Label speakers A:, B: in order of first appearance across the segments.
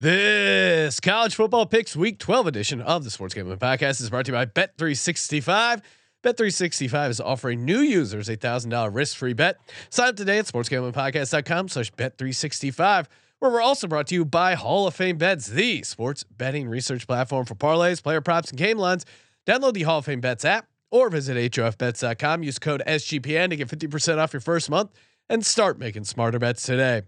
A: This college football picks week 12 edition of the Sports Gambling Podcast is brought to you by Bet365. Bet365 is offering new users a $1,000 risk-free bet. Sign up today at sportsgamblingpodcast.com slash bet365, where we're also brought to you by Hall of Fame Bets, the sports betting research platform for parlays, player props, and game lines. Download the Hall of Fame Bets app or visit hofbets.com. Use code SGPN to get 50% off your first month and start making smarter bets today.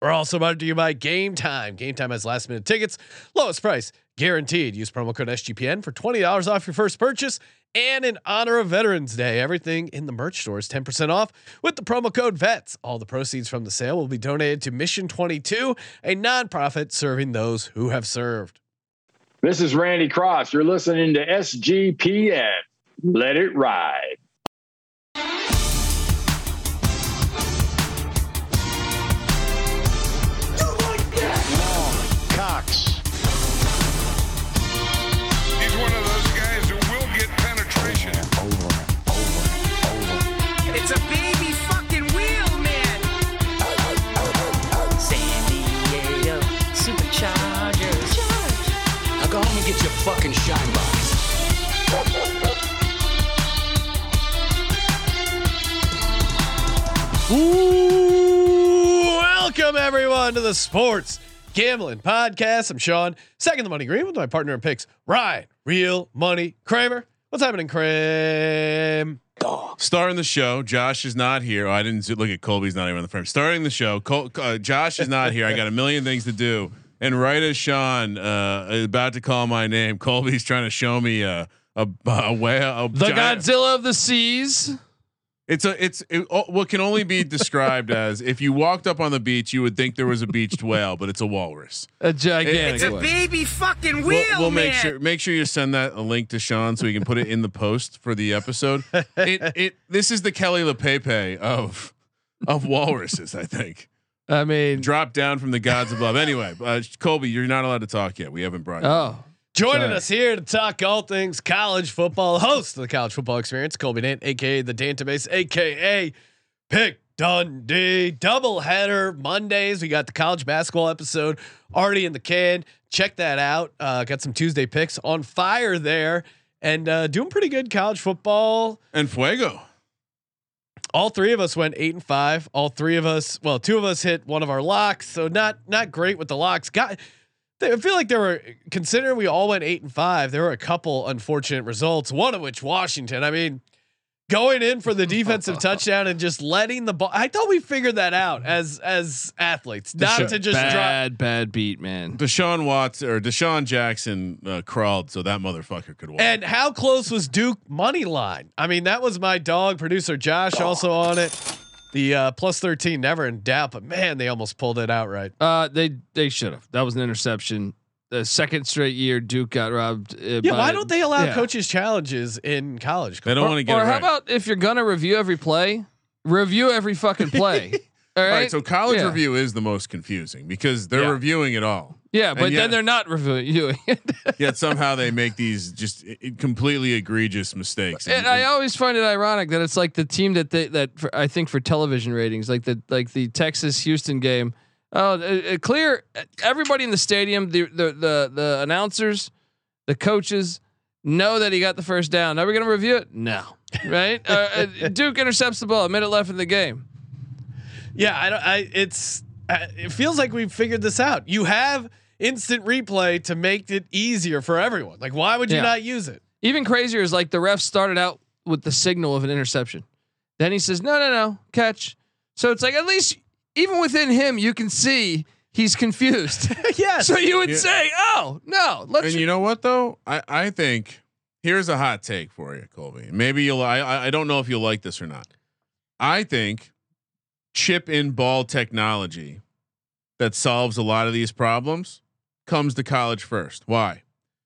A: We're also about to do you by Game Time. Game Time has last minute tickets, lowest price guaranteed. Use promo code SGPN for twenty dollars off your first purchase. And in honor of Veterans Day, everything in the merch store is ten percent off with the promo code VETS. All the proceeds from the sale will be donated to Mission Twenty Two, a nonprofit serving those who have served.
B: This is Randy Cross. You're listening to SGPN. Let it ride.
C: Cox.
D: He's one of those guys who will get penetration.
E: It's a baby fucking wheel, man. San Diego Superchargers.
C: Now go home and get your fucking shine box.
A: Welcome everyone to the Sports Gambling Podcast. I'm Sean, second the money green with my partner in picks, Ryan, real money Kramer. What's happening, Kram?
F: starting the show. Josh is not here. Oh, I didn't see- look at Colby's not even on the frame. Starting the show. Col- uh, Josh is not here. I got a million things to do. And right as Sean uh, is about to call my name, Colby's trying to show me uh, a a whale. A
G: The
F: giant-
G: Godzilla of the seas.
F: It's a it's it, oh, what can only be described as if you walked up on the beach, you would think there was a beached whale, but it's a walrus.
G: A gigantic
E: It's a
G: one.
E: baby fucking
F: We'll,
E: wheel,
F: we'll
E: man.
F: make sure make sure you send that a link to Sean so he can put it in the post for the episode. It it this is the Kelly LePepe of of walruses, I think.
G: I mean,
F: Drop down from the gods above. Anyway, uh, Colby, you're not allowed to talk yet. We haven't brought. you.
G: oh,
A: Joining
G: Sorry.
A: us here to talk all things college football, host of the College Football Experience, Colby Nant, aka the Dantabase, aka Pick Dundee. Doubleheader Mondays. We got the college basketball episode already in the can. Check that out. Uh, got some Tuesday picks on fire there, and uh, doing pretty good college football.
F: And Fuego.
A: All three of us went eight and five. All three of us, well, two of us hit one of our locks, so not not great with the locks. Got, I feel like there were considering we all went eight and five. There were a couple unfortunate results. One of which Washington. I mean, going in for the defensive touchdown and just letting the ball. I thought we figured that out as as athletes, not to just drop.
G: bad, bad beat, man.
F: Deshaun Watts or Deshaun Jackson uh, crawled so that motherfucker could walk.
A: And how close was Duke money line? I mean, that was my dog producer Josh also on it. The uh, plus thirteen never in doubt, but man, they almost pulled it out right.
G: Uh, they they should have. That was an interception. The second straight year Duke got robbed. uh,
A: Yeah,
G: by
A: why
G: the-
A: don't they allow
G: yeah.
A: coaches challenges in college?
F: they don't
G: Or,
F: want to get
G: or
F: it
G: how
F: right.
G: about if you're gonna review every play, review every fucking play. All right.
F: all right, so college
G: Yeah.
F: review is the most confusing because they're
A: Yeah.
F: reviewing it all.
G: Yeah, but
F: and yeah.
G: then they're not reviewing it.
F: Yet somehow they make these just i- i- completely egregious mistakes.
G: And I always find it ironic that it's like the team that they that for, I think for television ratings, like the like the Texas Houston game. Oh, uh, uh, clear! Everybody in the stadium, the, the the the announcers, the coaches know that he got the first down. Are we going to review it? No, right? uh, uh, Duke intercepts the ball, a minute left in the game.
A: Yeah, I don't. I it's I, it feels like we've figured this out. You have instant replay to make it easier for everyone. Like, why would you
G: Yeah.
A: not use it?
G: Even crazier is like the ref started out with the signal of an interception. Then he says, "No, no, no, catch." So it's like at least even within him, you can see he's confused.
A: yes.
G: So you would
F: Yeah.
G: say, "Oh no,
F: and
G: let's."
F: you know what though? I I think here's a hot take for you, Colby. Maybe you'll. I- I I don't know if you'll like this or not. I think chip in ball technology that solves a lot of these problems comes to college first. Why?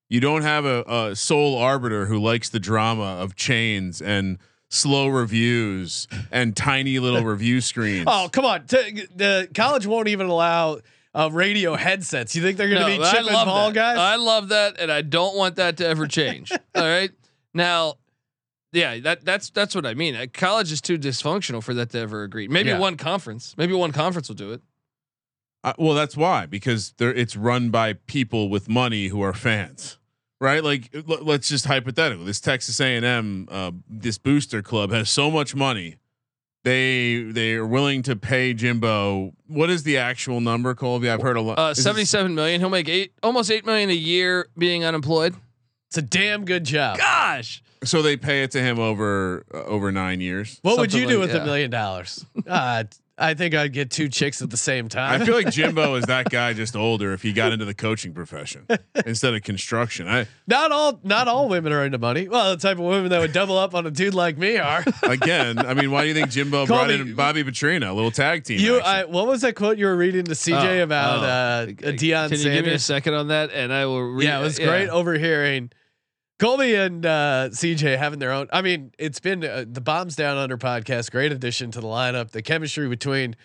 F: You don't have a, a sole arbiter who likes the drama of chains and slow reviews and tiny little review screens.
A: Oh, come on. T- the college won't even allow uh, radio headsets. You think they're going to
G: No,
A: be chip and ball
G: that.
A: guys?
G: I love that, and I don't want that to ever change. All right, now, yeah, that that's that's what I mean. Uh, College is too dysfunctional for that to ever agree. Maybe
A: Yeah.
G: one conference, maybe one conference will do it.
F: Uh, well, that's why because they're, it's run by people with money who are fans, right? Like l- let's just hypothetical. This Texas A and M, uh, this booster club has so much money, they they are willing to pay Jimbo. What is the actual number, Colby? I've heard a lot.
G: Uh,
F: Is it-
G: seventy-seven million. He'll make eight, almost eight million a year being unemployed.
A: It's a damn good job.
G: Gosh,
F: So they pay it to him over uh, over nine years.
A: What would you
G: Something
A: do
G: like-
A: with a
G: yeah.
A: million dollars? Uh, I think I'd get two chicks at the same time.
F: I feel like Jimbo is that guy just older if he got into the coaching profession instead of construction. I
A: not all not all women are into money. Well, the type of women that would double up on a dude like me are.
F: again, I mean, why do you think Jimbo brought
A: Colby-
F: in Bobby Petrina, a little tag team?
A: You,
F: action?
A: I, what was that quote you were reading to CJ
G: Oh,
A: about
G: oh.
A: uh,
G: Can you
A: Dion
G: give me a
A: Sanders?
G: second on that, and I will. Re-
A: yeah, it was great overhearing Colby and uh, CJ having their own. I mean, it's been uh, the Bombs Down Under podcast, great addition to the lineup. The chemistry between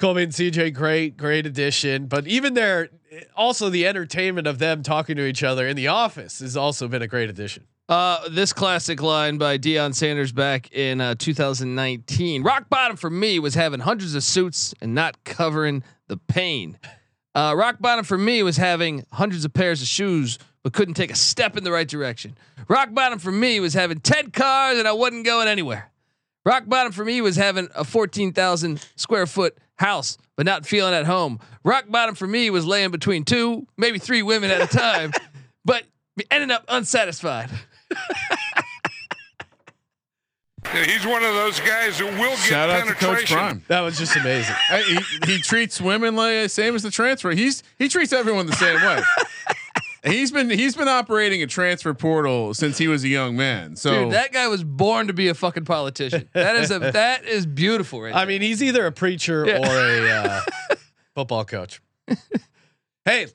A: Colby and CJ, great, great addition. But even there, also the entertainment of them talking to each other in the office has also been a great addition.
G: Uh, this classic line by Deion Sanders back in uh, 2019. Rock bottom for me was having hundreds of suits and not covering the pain. Uh, rock bottom for me was having hundreds of pairs of shoes but couldn't take a step in the right direction. Rock bottom for me was having 10 cars and I wasn't going anywhere. Rock bottom for me was having a 14,000 square foot house but not feeling at home. Rock bottom for me was laying between two, maybe three women at a time, but ending up unsatisfied.
D: Yeah, he's one of those guys who will get
F: Shout out to Coach
D: penetration.
F: Prime.
A: That was just amazing.
F: Hey, he, he treats women like same as the transfer. He's he treats everyone the same way. he's been he's been operating a transfer portal since he was a young man. So
G: Dude, that guy was born to be a fucking politician. That is a that is beautiful, right?
A: I mean, he's either a preacher
G: Yeah.
A: or a uh, football coach. hey,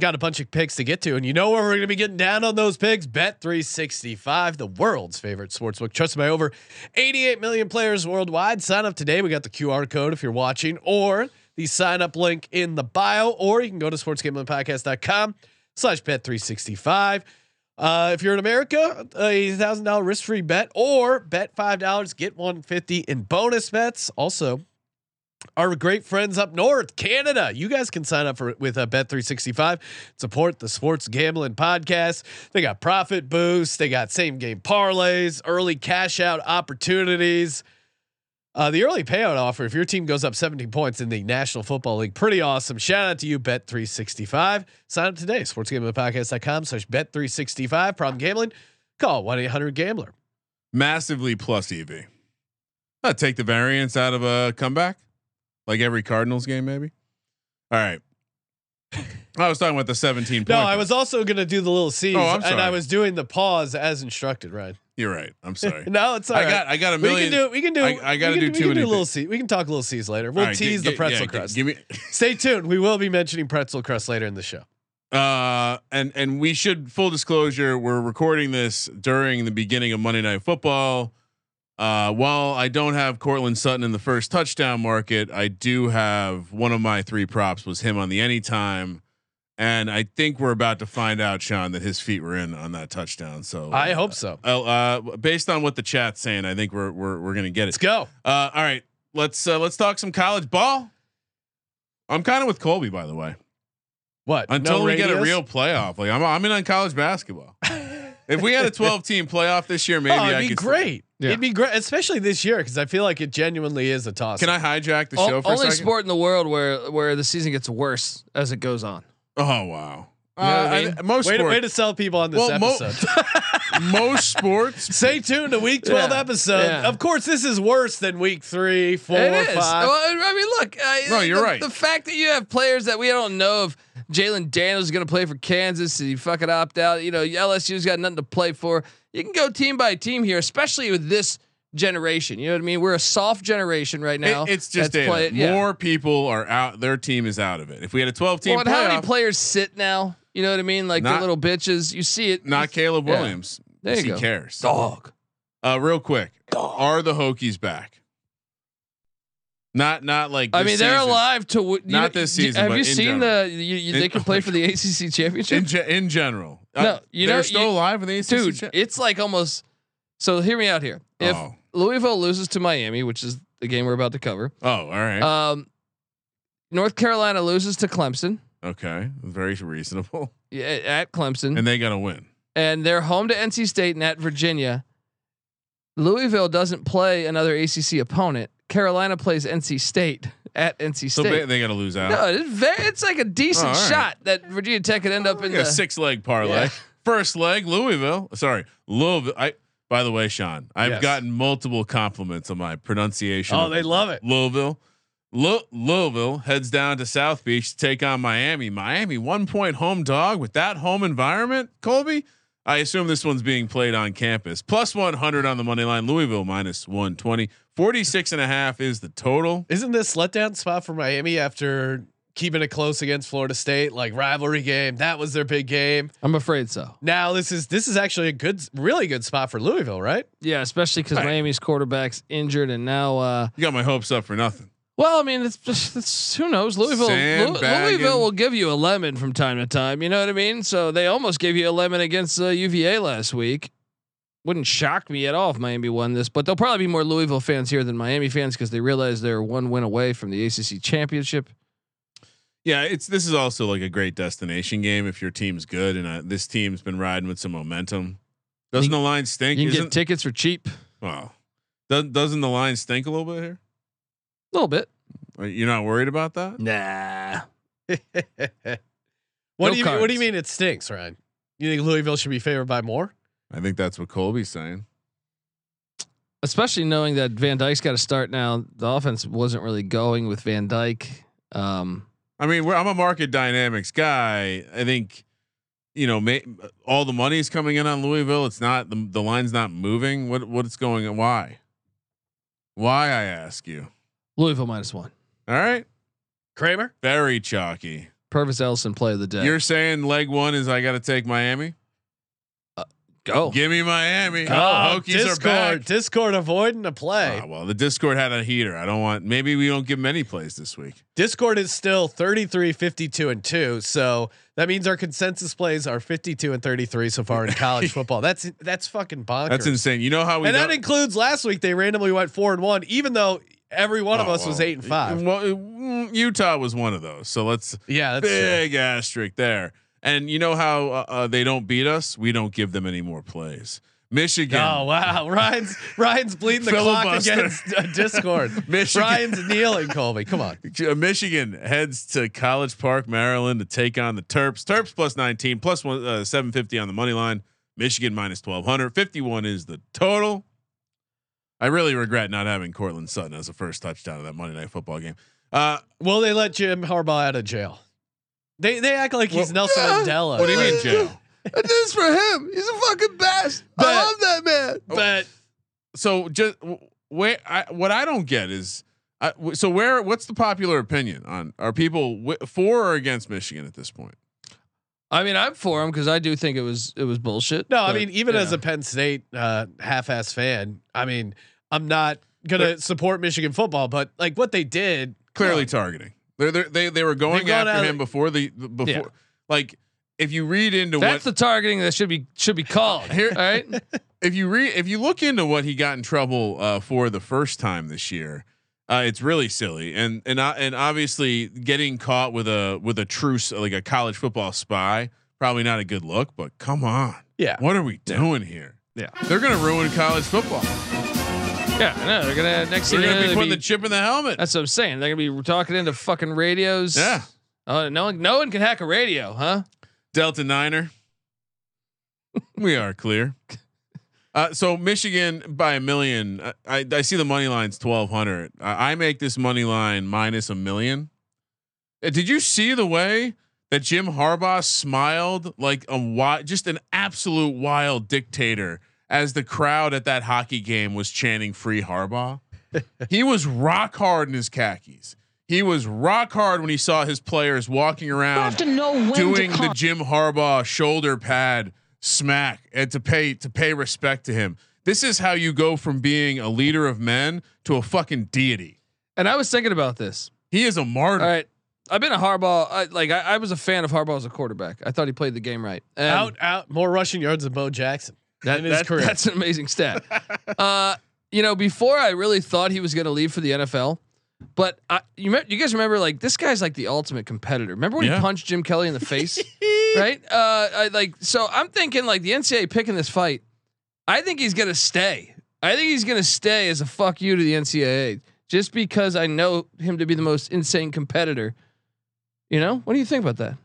A: got a bunch of picks to get to, and you know where we're going to be getting down on those picks? Bet three sixty five, the world's favorite sportsbook, trusted by over eighty eight million players worldwide. Sign up today. We got the QR code if you're watching, or the sign up link in the bio, or you can go to sportsgamblingpodcast.com slash bet three sixty five. Uh, if you're in America, a thousand dollar risk free bet or bet five dollars, get one fifty in bonus bets. Also, our great friends up north, Canada, you guys can sign up for with uh, Bet three sixty five. Support the sports gambling podcast. They got profit boosts. They got same game parlays, early cash out opportunities. Uh, the early payout offer, if your team goes up 17 points in the National Football League, pretty awesome. Shout out to you, Bet365. Sign up today, sportsgamblingpodcast.com slash Bet365. Problem gambling, call 1-800-GAMBLER.
F: massively plus EV. i take the variance out of a comeback, like every Cardinals game, maybe. All right. I was talking about the 17 point.
A: No, I was also going to do the little C's,
F: Oh, I'm
A: and
F: sorry.
A: I was doing the pause as instructed, right?
F: You're right. I'm sorry.
A: No, it's all
F: I
A: right.
F: got I got a
A: we
F: million.
A: can do. We can do.
F: I- I gotta
A: we can, we
F: do too
A: can
F: many
A: little
F: things.
A: C. We can talk little C's later. We'll
F: All right, gi-
A: tease
F: gi-
A: the pretzel
F: yeah, gi-
A: crust.
F: Give me
A: Stay tuned. We will be mentioning pretzel crust later in the show.
F: Uh, and and we should full disclosure, we're recording this during the beginning of Monday Night Football. Uh, while I don't have Cortland Sutton in the first touchdown market, I do have one of my three props was him on the anytime, and I think we're about to find out, Sean, that his feet were in on that touchdown. So
A: I hope so.
F: Uh, uh, based on what the chat's saying, I think we're we're we're gonna get it.
A: Let's go.
F: Uh, all right, let's uh, let's talk some college ball. I'm kind of with Colby, by the way
A: What? no
F: until we get a
A: radios?
F: real playoff. Like I'm, I'm in on college basketball. if we had a 12 team playoff this year, maybe
A: oh, it'd
F: I
A: be
F: could
A: great.
G: Yeah.
A: It'd be great, especially this year, because I feel like it genuinely is a toss.
F: Can I hijack the
G: O-
F: show for a
G: only
F: second?
G: sport in the world where where the season gets worse as it goes on.
F: Oh wow.
G: know
F: Uh,
G: what I
F: I-
G: mean?
F: most
A: Way to, way to
F: sports,
A: sell people on this
F: Well, mo-
A: episode.
F: most sports.
A: Stay tuned to week 12
G: Yeah,
A: episode.
G: yeah.
A: Of course, this is worse than week three, four,
G: it is.
A: five.
F: Oh.
G: Well, I mean, look. Uh,
F: No, you're
G: the,
F: right.
G: The fact that you have players that we don't know if Jalen Daniels is going to play for Kansas, did he fucking opt out? You know, LSU's got nothing to play for. You can go team by team here, especially with this generation. You know what I mean? We're a soft generation right
F: It-
G: now.
F: it's just
G: that's
F: data.
G: play- yeah.
F: more people are out. Their team is out of it. If we had a 12 team
G: Well, and how many
F: playoff,
G: players sit now? You know what I mean? Like the
F: Not-
G: little bitches. You see it.
F: not Caleb
G: Yeah.
F: Williams.
G: There you
F: he
G: go.
F: cares.
G: dog.
F: Uh, real quick, are the Hokies back? Not not like
G: I
F: this
G: mean, they're
F: season.
G: alive to w- you
F: Not
G: know-
F: this
G: do-
F: season,
G: Have
F: but
G: you
F: in
G: seen
F: general.
G: the? You, you,
F: In-
G: they can play for the ACC championship.
F: in, ge- in general. Uh,
G: No, you
F: they're
G: know,
F: still
G: you-
F: alive in the ACC.
G: dude,
F: cha-
G: it's like almost. So hear me out here. If
F: Oh.
G: Louisville loses to Miami, which is the game we're about to cover,
F: Oh, all right.
G: um, North Carolina loses to Clemson
F: Okay, very reasonable,
G: yeah, at Clemson,
F: and they got to win.
G: and they're home to NC State and at Virginia. Louisville doesn't play another ACC opponent. Carolina plays NC State at NC
F: So
G: State.
F: ba- they got to lose out.
G: no, it's, very, it's like a decent
F: Oh, all right.
G: shot that Virginia Tech could end up in
F: like
G: the
F: a six leg parlay.
G: Yeah.
F: First leg, Louisville. Sorry, Louisville. I. By the way, Sean, I've
A: Yes.
F: gotten multiple compliments on my pronunciation.
A: Oh,
F: of
A: they love it.
F: Louisville. Lou- Louisville heads down to South Beach to take on Miami. Miami, one point home dog with that home environment. Colby, I assume this one's being played on campus. Plus 100 on the money line. Louisville minus 120. 46 and a half is the total.
A: Isn't this letdown spot for Miami after keeping it close against Florida State, like rivalry game? That was their big game.
G: I'm afraid so.
A: Now this is this is actually a good, really good spot for Louisville, right?
G: Yeah, especially because
F: Right.
G: Miami's quarterback's injured, and now, uh,
F: You got my hopes up for nothing.
G: well, I mean, it's just it's, who knows. Louisville, Lou-
F: Sandbagging.
G: Louisville will give you a lemon from time to time. You know what I mean? So they almost gave you a lemon against uh, UVA last week. Wouldn't shock me at all if Miami won this, but there'll probably be more Louisville fans here than Miami fans because they realize they're one win away from the ACC championship.
F: Yeah, it's this is also like a great destination game if your team's good and uh, this team's been riding with some momentum. Doesn't the line
G: You
F: stink?
G: can
F: Isn't,
G: get tickets for cheap, a
F: well, doesn't doesn't the line stink a little bit here?
G: little bit.
F: Are- You're not worried about that?
G: Nah,
A: what
G: No
A: do you mean, what do you
G: cards.
A: mean it stinks, Ryan? You think Louisville should be favored by more?
F: I think that's what Colby's saying.
G: especially knowing that Van Dyke's got to start now. The offense wasn't really going with Van Dyke. Um,
F: I mean, we're, I'm a market dynamics guy. I think, you know, ma- all the money's coming in on Louisville. It's not the, the line's not moving. What what's going on? Why? Why I ask you.
G: Louisville minus one.
F: All right,
A: Kramer,
F: very chalky.
G: Purvis Ellison play of the day.
F: You're saying leg one is I got to take Miami.
G: go.
F: Give me Miami.
A: Oh,
F: Hokies
A: Discord,
F: are back.
A: Discord avoiding a play.
F: Ah, well, the Discord had a heater. I don't want. Maybe we don't give many plays this week.
A: Discord is still 33, 52, and 2. So that means our consensus plays are 52 and 33 so far in college football. That's that's fucking bonkers.
F: That's insane. You know how we
A: and that
F: don't-
A: includes last week they randomly went four and one, even though every one of
F: Oh,
A: us was
F: well.
A: eight and five.
F: Well, mm, Utah was one of those. So let's
A: Yeah, that's true.
F: big asterisk there. And you know how uh, uh, they don't beat us? We don't give them any more plays. Michigan.
A: Oh wow, Ryan's Ryan's bleeding the clock
F: Filibuster.
A: against uh, Discord.
F: Michigan.
A: Ryan's kneeling, Colby. Come on,
F: Uh, Michigan heads to College Park, Maryland to take on the Terps. Terps plus 19, plus one, uh, 750 on the money line. Michigan minus 1200. 51 is the total. I really regret not having Cortland Sutton as a first touchdown of that Monday Night Football game. Uh,
A: will they let Jim Harbaugh out of jail? They they act like he's
F: Well-
A: Nelson
G: Yeah.
A: Mandela.
F: what do you mean, Joe?
G: This is for him. He's a fucking best.
A: But-
G: I love that man.
F: Oh,
A: But
F: so just w- where I, what I don't get is I, w- so where what's the popular opinion on are people wi for or against Michigan at this point?
G: I mean, I'm for him because I do think it was it was bullshit.
A: No, I
G: but,
A: mean, even
G: you
A: as a
G: know.
A: Penn State uh, half-ass fan, I mean, I'm not gonna support Michigan football, but like what they did,
F: Clearly targeting. They're, they're, they they were going
A: They've gone
F: after
A: out-
F: him before the the- before
G: Yeah.
F: like if you read into
G: that's
F: what
G: the targeting that should be should be called.
F: Here-
G: all right.
F: if you read if you look into what he got in trouble uh, for the first time this year. Uh, it's really silly, and and uh, and obviously getting caught with a with a truce like a college football spy probably not a good look. But come on,
A: yeah,
F: what are we doing here?
G: Yeah.
F: They're gonna ruin college football.
G: Yeah, I know. They're gonna next
F: They're
G: thing you
F: gonna
G: know,
F: be
G: they'll
F: putting
G: be-
F: the chip in the helmet.
G: that's what I'm saying. They're gonna be talking into fucking radios.
F: Yeah.
G: Oh, no one, no one can hack a radio, huh?
F: Delta Niner. we are clear. Uh, so Michigan by a million. I, I, I see the money line's twelve hundred. I, I make this money line minus a million. Uh, Did you see the way that Jim Harbaugh smiled like a wild, just an absolute wild dictator as the crowd at that hockey game was chanting "Free Harbaugh"? he was rock hard in his khakis. He was rock hard when he saw his players walking around doing the Jim Harbaugh shoulder pad smack and to pay to pay respect to him. This is how you go from being a leader of men to a fucking deity.
G: And I was thinking about this.
F: He is a martyr.
G: All right. I've been a Harbaugh. I, like I, I was a fan of Harbaugh as a quarterback. I thought he played the game right. And
A: out out more rushing yards than Bo Jackson
G: that-
A: in his
G: that-
A: career.
G: That's an amazing stat. uh, you know, before I really thought he was going to leave for the NFL, But I, you me- you guys remember like this guy's like the ultimate competitor. Remember when
F: Yeah.
G: he punched Jim Kelly in the face, right? Uh, I, like so, I'm thinking like the NCAA picking this fight. I think he's gonna stay. I think he's gonna stay as a fuck you to the NCAA just because I know him to be the most insane competitor. You know, what do you think about that?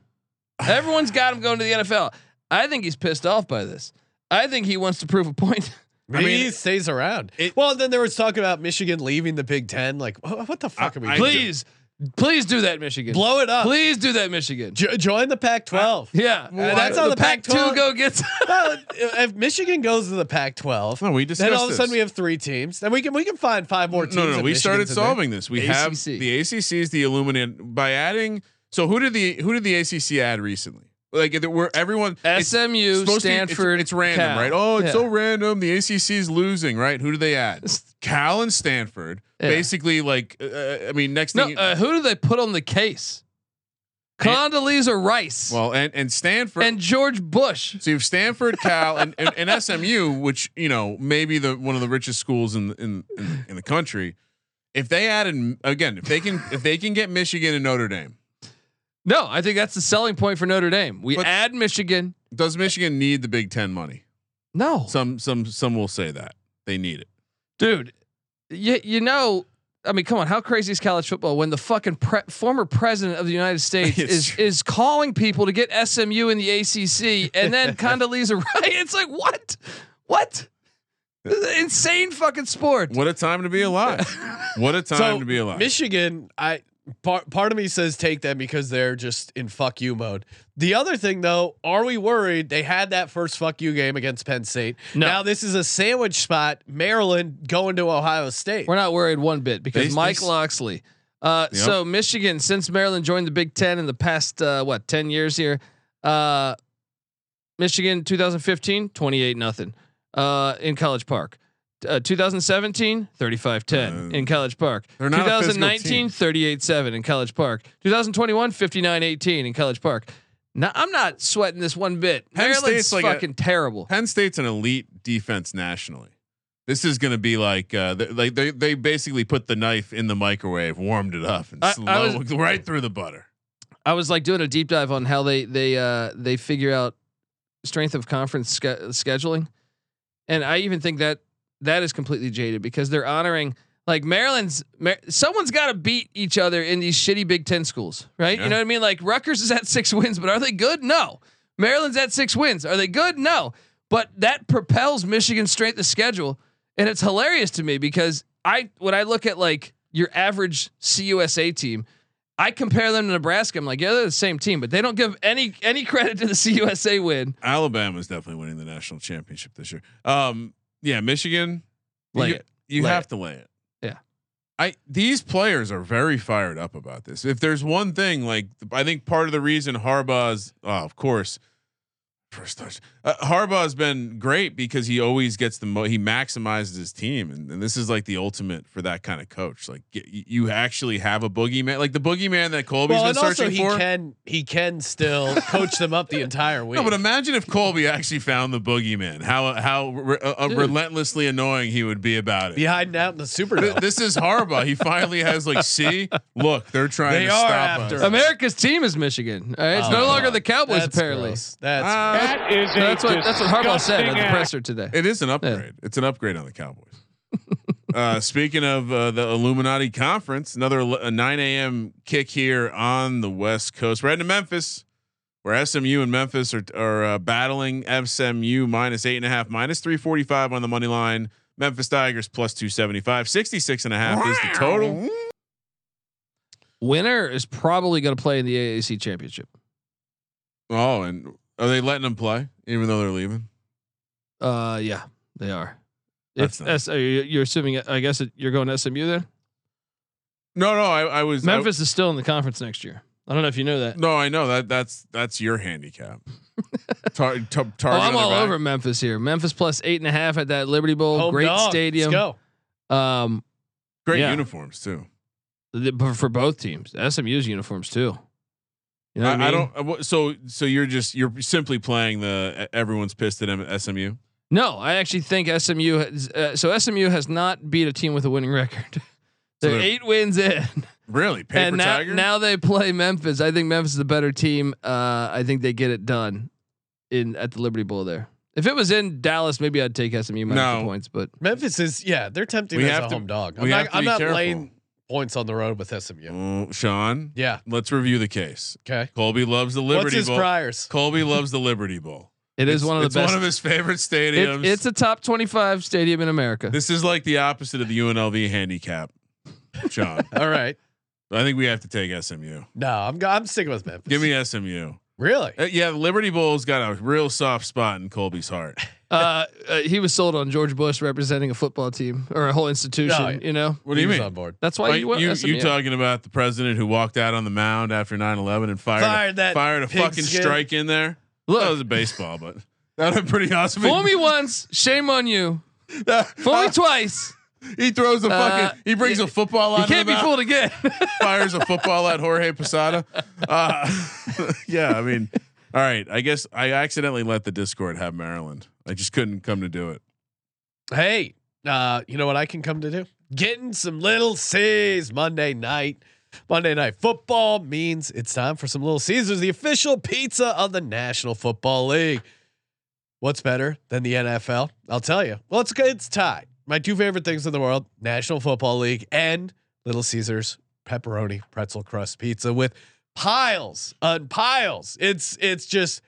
G: Everyone's got him going to the NFL. I think he's pissed off by this. I think he wants to prove a point.
A: Maybe
F: mean,
A: he stays around.
F: it-
A: well, then there was talk about Michigan leaving the Big Ten. Like, wh- what the fuck
F: I-
A: are we?
F: I-
A: doing?
G: Please, please do that, Michigan.
A: blow it up.
G: Please do that, Michigan.
A: Jo- join the Pac-12.
G: Yeah, uh,
A: Well, that's how the Pac-12
G: Two go gets.
A: Well, if Michigan goes to the Pac-12,
F: No, we
A: then all of a
F: discussed
A: sudden
F: this.
A: we have three teams. Then we can we can find five more teams.
F: No, no,
A: if
F: we
A: Michigan's
F: started
A: in there.
F: solving this. We have
G: ACC.
F: the ACC is the illuminated by adding. So who did the who did the ACC add recently? Like it- where everyone it's
G: SMU,
F: supposed to be- it's-
G: Stanford.
F: it's, random,
G: Cal.
F: right? Oh, it's
G: Yeah.
F: so random. The ACC is losing, right? Who do they add? Cal and Stanford.
G: Yeah.
F: Basically, like uh, I mean, next
G: No,
F: thing.
G: uh, who do they put on the case? Condoleezza Rice
F: well, and and Stanford
G: and George Bush.
F: So you have Stanford, Cal, and, and, and SMU, which you know maybe the one of the richest schools in in in, in the country. If they added again, if they can if they can get Michigan and Notre Dame,
G: No, I think that's the selling point for Notre Dame. We
F: But-
G: add Michigan.
F: does Michigan need the Big Ten money?
G: No,
F: Some some some will say that they need it.
G: dude, you you know. I mean, come on! How crazy is college football when the fucking pre- former president of the United States
F: It's
G: is
F: true.
G: is calling people to get SMU in the ACC, and then Condoleezza Rice? It's like what? What? This is an insane fucking sport.
F: What a time to be alive! What a time
A: So
F: to be alive!
A: Michigan, I part part of me says take them because they're just in fuck you mode. The other thing though, are we worried they had that first fuck you game against Penn State?
G: No.
A: Now this is a sandwich spot. Maryland going to Ohio State.
G: We're not worried one bit because
F: They-
G: Mike
F: they-
G: Loxley. Uh,
F: Yep.
G: So Michigan, since Maryland joined the Big Ten in the past uh, what ten years here, uh, Michigan 2015 28 nothing uh, in College Park. Uh, 2017 35-10
F: Uh,
G: in College Park.
F: they're not a physical team.
G: 2019 38-7 in College Park. 2021 59-18 in College Park. Now I'm not sweating this one bit.
F: Penn
G: Maryland's
F: State's like a-
G: fucking terrible.
F: Penn State's an elite defense nationally. This is going to be like uh, th- like they they basically put the knife in the microwave, warmed it up, and
G: I- I
F: slow,
G: was-
F: right through the butter.
G: I was like doing a deep dive on how they they uh they figure out strength of conference sch- scheduling, and I even think that that is completely jaded because they're honoring like Maryland's. Mar- someone's got to beat each other in these shitty Big Ten schools, right?
F: Yeah.
G: You know what I mean? Like Rutgers is at six wins, but are they good? No. Maryland's at six wins. Are they good? No. But that propels Michigan's strength of schedule, and it's hilarious to me because I when I look at like your average CUSA team. I compare them to Nebraska. I'm like, yeah, they're the same team, but they don't give any any credit to the CUSA win.
F: Alabama's definitely winning the national championship this year. Um, yeah, Michigan.
G: Lay
F: you
G: it.
F: you
G: Lay
F: have
G: it.
F: to lay it.
G: Yeah.
F: I these players are very fired up about this. If there's one thing, like I think part of the reason Harbaugh's, oh, of course, first touch. Uh, Harbaugh's been great because he always gets the mo- he maximizes his team, and, and this is like the ultimate for that kind of coach. Like get, you- you actually have a boogeyman, like the boogeyman that Colby's
A: well,
F: been
A: and also
F: searching
A: he
F: for.
A: can he can still coach them up the entire week.
F: No, but imagine if Colby actually found the boogeyman. How how re- uh,
G: Dude.
F: relentlessly annoying he would be about it.
A: be hiding out in the
F: Th-
A: Superdome.
F: This is Harbaugh. He finally has like, see, look, they're trying
A: They
F: to
A: are
F: stop
A: after
F: us.
A: us.
G: America's team is Michigan. all right? It's no
A: Oh,
G: longer
A: God.
G: the Cowboys,
A: That's
G: apparently.
A: gross. That's
F: Uh,
B: That is
G: So that's what that's what Harbaugh said at the presser today.
F: It is an upgrade. It's an upgrade on the Cowboys. uh, speaking of uh, the Illuminati conference, another l- a 9 a.m. kick here on the West Coast. We're heading to Memphis, where SMU and Memphis are are uh, battling. SMU minus eight and a half, minus 345 on the money line. Memphis Tigers plus 275. 66 and a half is the total.
G: Winner is probably going to play in the AAC championship.
F: Oh, and are they letting them play even though they're leaving?
G: Uh, yeah, they are. If
F: That's nice.
G: S- uh, you- you're assuming, I guess it, you're going to SMU then.
F: No, no, I, I was I-
G: Memphis is still in the conference next year. I don't know if you know that.
F: no, I know that that's that's your handicap. Tar, tar,
G: Oh,
F: target on
G: I'm
F: the
G: all
F: back.
G: over Memphis here. Memphis plus eight and a half at that Liberty Bowl.
A: home
G: Great
A: dog.
G: stadium.
A: Let's go.
G: Um,
F: Great
G: Yeah.
F: uniforms too.
G: the, but for both teams, SMU's uniforms too. You know
F: I,
G: what I, mean?
F: I don't. I wa- So so you're just you're simply playing the e, everyone's pissed at him at SMU.
G: No, I actually think SMU. Has, uh, so SMU has not beat a team with a winning record They're
F: they're-
G: eight wins in,
F: Really, paper
G: and now,
F: tiger.
G: now they play Memphis. I think Memphis is the better team. Uh, I think they get it done in at the Liberty Bowl there. If it was in Dallas, maybe I'd take SMU minus the
F: No.
G: points. But
A: Memphis is yeah, they're tempting
F: We
A: as
F: have
A: a
F: to-
A: home dog. I'm
F: we
A: not,
F: have to
A: I'm
F: be
A: not
F: careful.
A: laying points on the road with SMU.
F: Oh, Sean,
A: Yeah.
F: let's review the case.
A: Okay.
F: Colby loves the
A: What's
F: Liberty
A: his
F: Bowl.
A: priors?
F: Colby loves the Liberty Bowl.
G: it is
F: It's-
G: one of the
F: it's
G: best.
F: one of his favorite stadiums.
G: it, it's a top twenty-five stadium in America.
F: this is like the opposite of the UNLV handicap, Sean.
A: All right.
F: I think we have to take SMU.
A: No, I'm go- I'm sticking with Memphis.
F: Give me SMU.
A: really.
F: Uh, yeah, the Liberty Bowl's got a real soft spot in Colby's heart.
G: uh, uh, he was sold on George Bush representing a football team or a whole institution.
A: No, yeah.
G: You know,
F: What do
A: He
F: you
A: was
F: mean?
A: On board.
G: that's
F: Are
G: why you
F: you,
G: went
F: you,
G: SMU.
F: you talking about the president who walked out on the mound after 9-11 and fired
A: Fired that
F: fired a
A: pig
F: fucking
A: skin.
F: strike in there?
G: Look.
F: that was a baseball, but that was pretty awesome. uh,
G: Fool me once, shame on you. Fool me twice,
F: he throws a fucking.
G: Uh,
F: he brings a football out.
G: you can't
F: of the
G: be
F: mound.
G: fooled again.
F: fires a football at Jorge Posada. Uh, yeah, I mean, all right. I guess I accidentally let the Discord have Maryland. I just couldn't come to do it.
A: Hey, uh, you know what I can come to do? Getting some little C's Monday night. Monday night football means it's time for some Little Caesars, the official pizza of the National Football League. What's better than the NFL? I'll tell you. Well, it's it's tied. My two favorite things in the world: National Football League and Little Caesars pepperoni pretzel crust pizza with piles on piles. It's it's just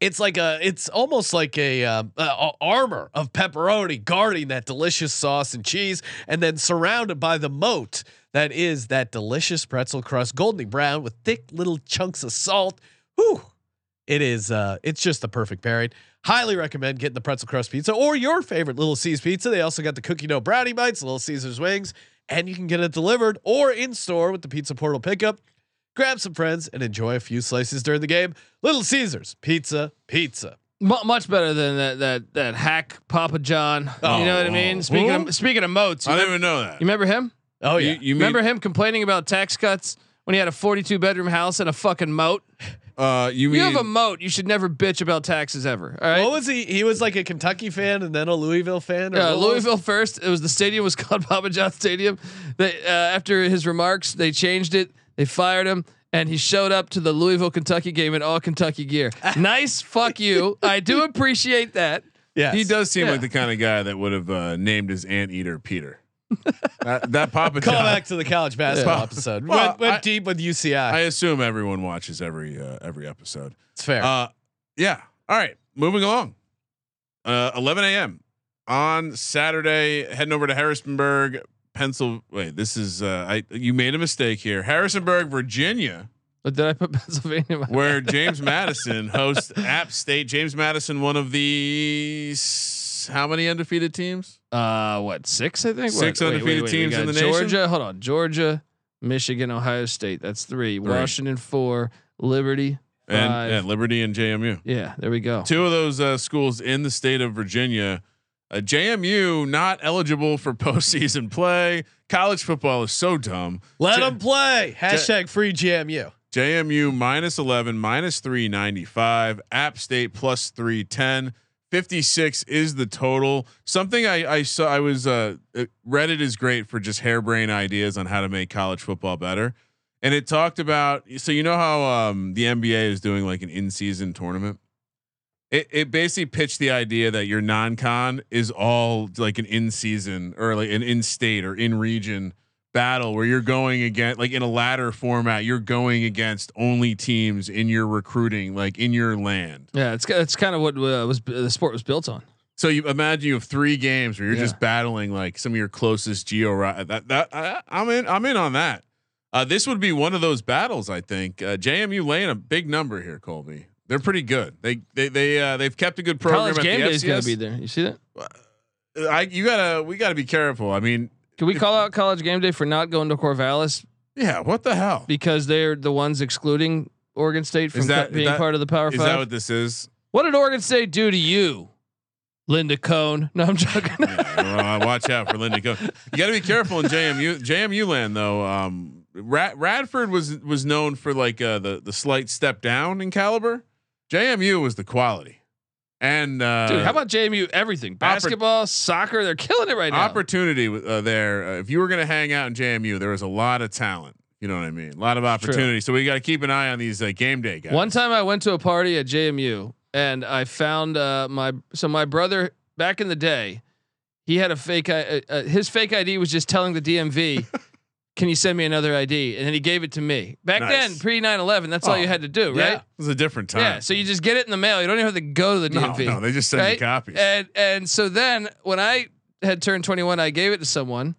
A: it's like a it's almost like a, um, a, a armor of pepperoni guarding that delicious sauce and cheese and then surrounded by the moat that is that delicious pretzel crust golden brown with thick little chunks of salt whew it is uh it's just the perfect pairing highly recommend getting the pretzel crust pizza or your favorite little c's pizza they also got the cookie dough brownie bites little caesar's wings and you can get it delivered or in store with the pizza portal pickup grab some friends and enjoy a few slices during the game. Little Caesars, pizza, pizza.
G: Mu much better than that that that hack Papa John. you know what I mean?
F: Oh.
G: Speaking
F: Who?
G: of speaking of moats, you,
F: I
G: remember,
F: didn't even know that.
G: you remember him?
A: Oh
F: You-
A: yeah,
F: you mean,
G: remember him complaining about tax cuts when he had a 42 bedroom house and a fucking moat?
F: Uh, you mean
G: You have a moat. You should never bitch about taxes ever. All right.
A: what was he? He was like a Kentucky fan and then a Louisville fan. or
G: Yeah,
A: what was-
G: Louisville first. It was the stadium was called Papa John Stadium. They, uh, after his remarks, they changed it. They fired him, and he showed up to the Louisville Kentucky game in all Kentucky gear. nice, fuck you. I do appreciate that.
A: Yes.
F: He does seem
G: Yeah.
F: like the kind of guy that would have uh, named his anteater Peter. that, that Papa
A: Call
F: John.
A: back to the college basketball episode.
F: Well,
A: went went
F: I-
A: deep with UCI.
F: I assume everyone watches every uh, every episode.
A: it's fair.
F: Uh, yeah. All right. Moving along. Uh, 11 a.m. on Saturday, heading over to Harrisonburg, Pennsylvania. Wait, this is uh, I. You made a mistake here. Harrisonburg, Virginia,
G: But did I put Pennsylvania? In my
F: where James Madison hosts App State. James Madison, one of the s- how many undefeated teams?
G: Uh, what six? I think
F: Six
G: What? Wait,
F: undefeated
G: wait, wait,
F: teams
G: we
F: in
G: got
F: the nation?
G: Georgia. hold on. Georgia, Michigan, Ohio State. That's three.
F: Three.
G: Washington four. Liberty.
F: And
G: Five.
F: yeah, Liberty and JMU.
G: Yeah, there we go.
F: Two of those uh, schools in the state of Virginia. Uh, JMU not eligible for postseason play. College football is so dumb.
A: Let
F: J-
A: them play. Hashtag free GMU.
F: JMU minus 11, minus 395. App State plus 310. 56 is the total. Something I, I saw, I was, uh, uh, Reddit is great for just harebrained ideas on how to make college football better. And it talked about, so you know how um, the NBA is doing like an in season tournament? It, it basically pitched the idea that your non con is all like an in season or like an in state or in region battle where you're going against like in a ladder format you're going against only teams in your recruiting like in your land
G: Yeah, it's it's kind of what uh, was the sport was built on.
F: so you imagine you have three games where you're
G: Yeah.
F: just battling like some of your closest geo that, that I, i'm in i'm in on that uh, this would be one of those battles i think uh, jmu laying a big number here colby they're pretty good they they they uh, they've kept a good program
G: College
F: at
G: game
F: the
G: day is going
F: FCS.
G: to be there. You see that?
F: I, you gotta we gotta be careful i mean
G: Can we
F: If-
G: call out college game day for not going to Corvallis
F: yeah what the hell
G: because they're the ones excluding Oregon State from
F: Is that-
G: co- being
F: that-
G: part of the Power
F: is
G: Five?
F: that what this is
G: what did Oregon State do to you, Linda Cohn? No, I'm joking.
F: Yeah, well, watch out for Linda. Go. You got to be careful in JMU JMU land though. Um, Ra- Radford was was known for like uh, the the slight step down in caliber. JMU was the quality. And uh,
G: Dude, how about JMU? Everything, basketball, soccer, they're killing it right now.
F: opportunity with- uh, there? Uh, if you were going to hang out in JMU, there was a lot of talent. You know what I mean? A lot of opportunity. So we got to keep an eye on these uh, game day guys.
G: One time I went to a party at JMU and I found uh, my so my brother back in the day, he had a fake I, uh, uh, his fake ID was just telling the DMV, "Can you send me another ID?" and then he gave it to me. Back
F: Nice.
G: then, pre 9/11, that's all you
F: Oh,
G: had to do,
F: yeah,
G: right?
F: it was a different time.
G: Yeah, so you just get it in the mail. You don't even have to go to the
F: no,
G: DMV.
F: no, they just send
G: right?
F: you copies.
G: And and so then when I had turned 21, I gave it to someone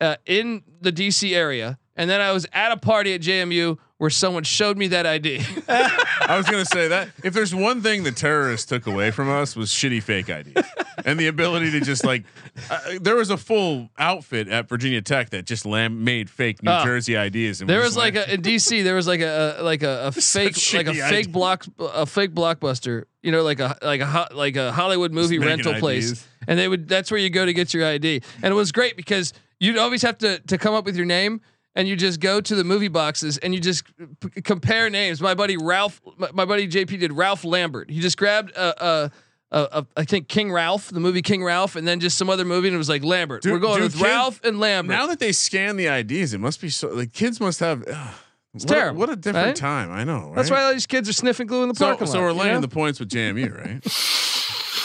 G: uh, in the DC area, and then I was at a party at JMU where someone showed me that ID.
F: I was gonna say that if there's one thing the terrorists took away from us was shitty fake IDs and the ability to just like, uh, there was a full outfit at Virginia Tech that just lam- made fake New
G: Oh.
F: Jersey IDs. And
G: There
F: was
G: was
F: just
G: like a, in DC. There was like a like a, a fake
F: Such
G: like a
F: shitty
G: fake
F: idea.
G: block a fake blockbuster. You know, like a like a ho- like a Hollywood movie
F: making
G: rental place,
F: IDs.
G: and they would that's where you go to get your ID. And it was great because you'd always have to to come up with your name, and you just go to the movie boxes and you just p- compare names. My buddy Ralph, my, my buddy JP did Ralph Lambert. He just grabbed a. a uh, uh, I think King Ralph, the movie King Ralph, and then just some other movie, and it was like Lambert.
F: Dude-
G: We're going
F: dude,
G: with
F: kid-
G: Ralph and Lambert.
F: now that they scan the IDs, it must be so like kids must have. Uh, what, a,
G: terrible,
F: what a different
G: right?
F: time. I know.
G: That's why
F: right?
G: all these kids are sniffing glue in the
F: So,
G: parking lot.
F: so we're
G: you
F: laying
G: know?
F: the points with JMU, right?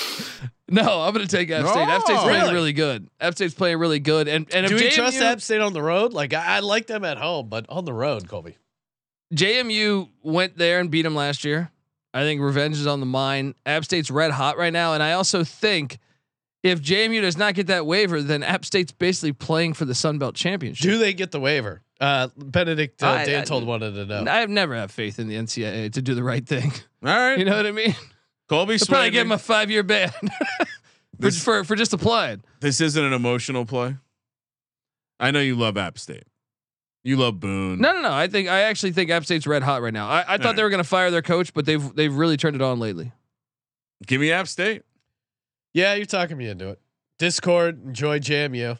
G: No, I'm gonna take App State.
F: No.
G: App State's playing
A: Really?
G: really good. App State's playing really good. And and if
A: Do we
G: JMU,
A: trust App State on the road? Like I, I like them at home, but on the road, Colby.
G: JMU went there and beat them last year. I think revenge is on the mind. App State's red hot right now, and I also think if JMU does not get that waiver, then App State's basically playing for the Sun Belt Championship.
A: Do they get the waiver? Uh, Benedict uh,
G: I- I-
A: Dantold wanted to know.
G: I've never had faith in the NCAA to do the right thing.
F: All right.
G: You know what I mean?
F: Colby
G: They'll probably give
F: Swayman,
G: him a five year ban for,
F: This-
G: for for just applying.
F: this isn't an emotional play. I know you love App State. You love Boone.
G: No, no, no. I think I actually think App State's red hot right now. I, I thought
F: right.
G: they were going to fire their coach, but they've they've really turned it on lately.
F: Give me App State.
A: yeah, you're talking me into it. Discord, enjoy JMU.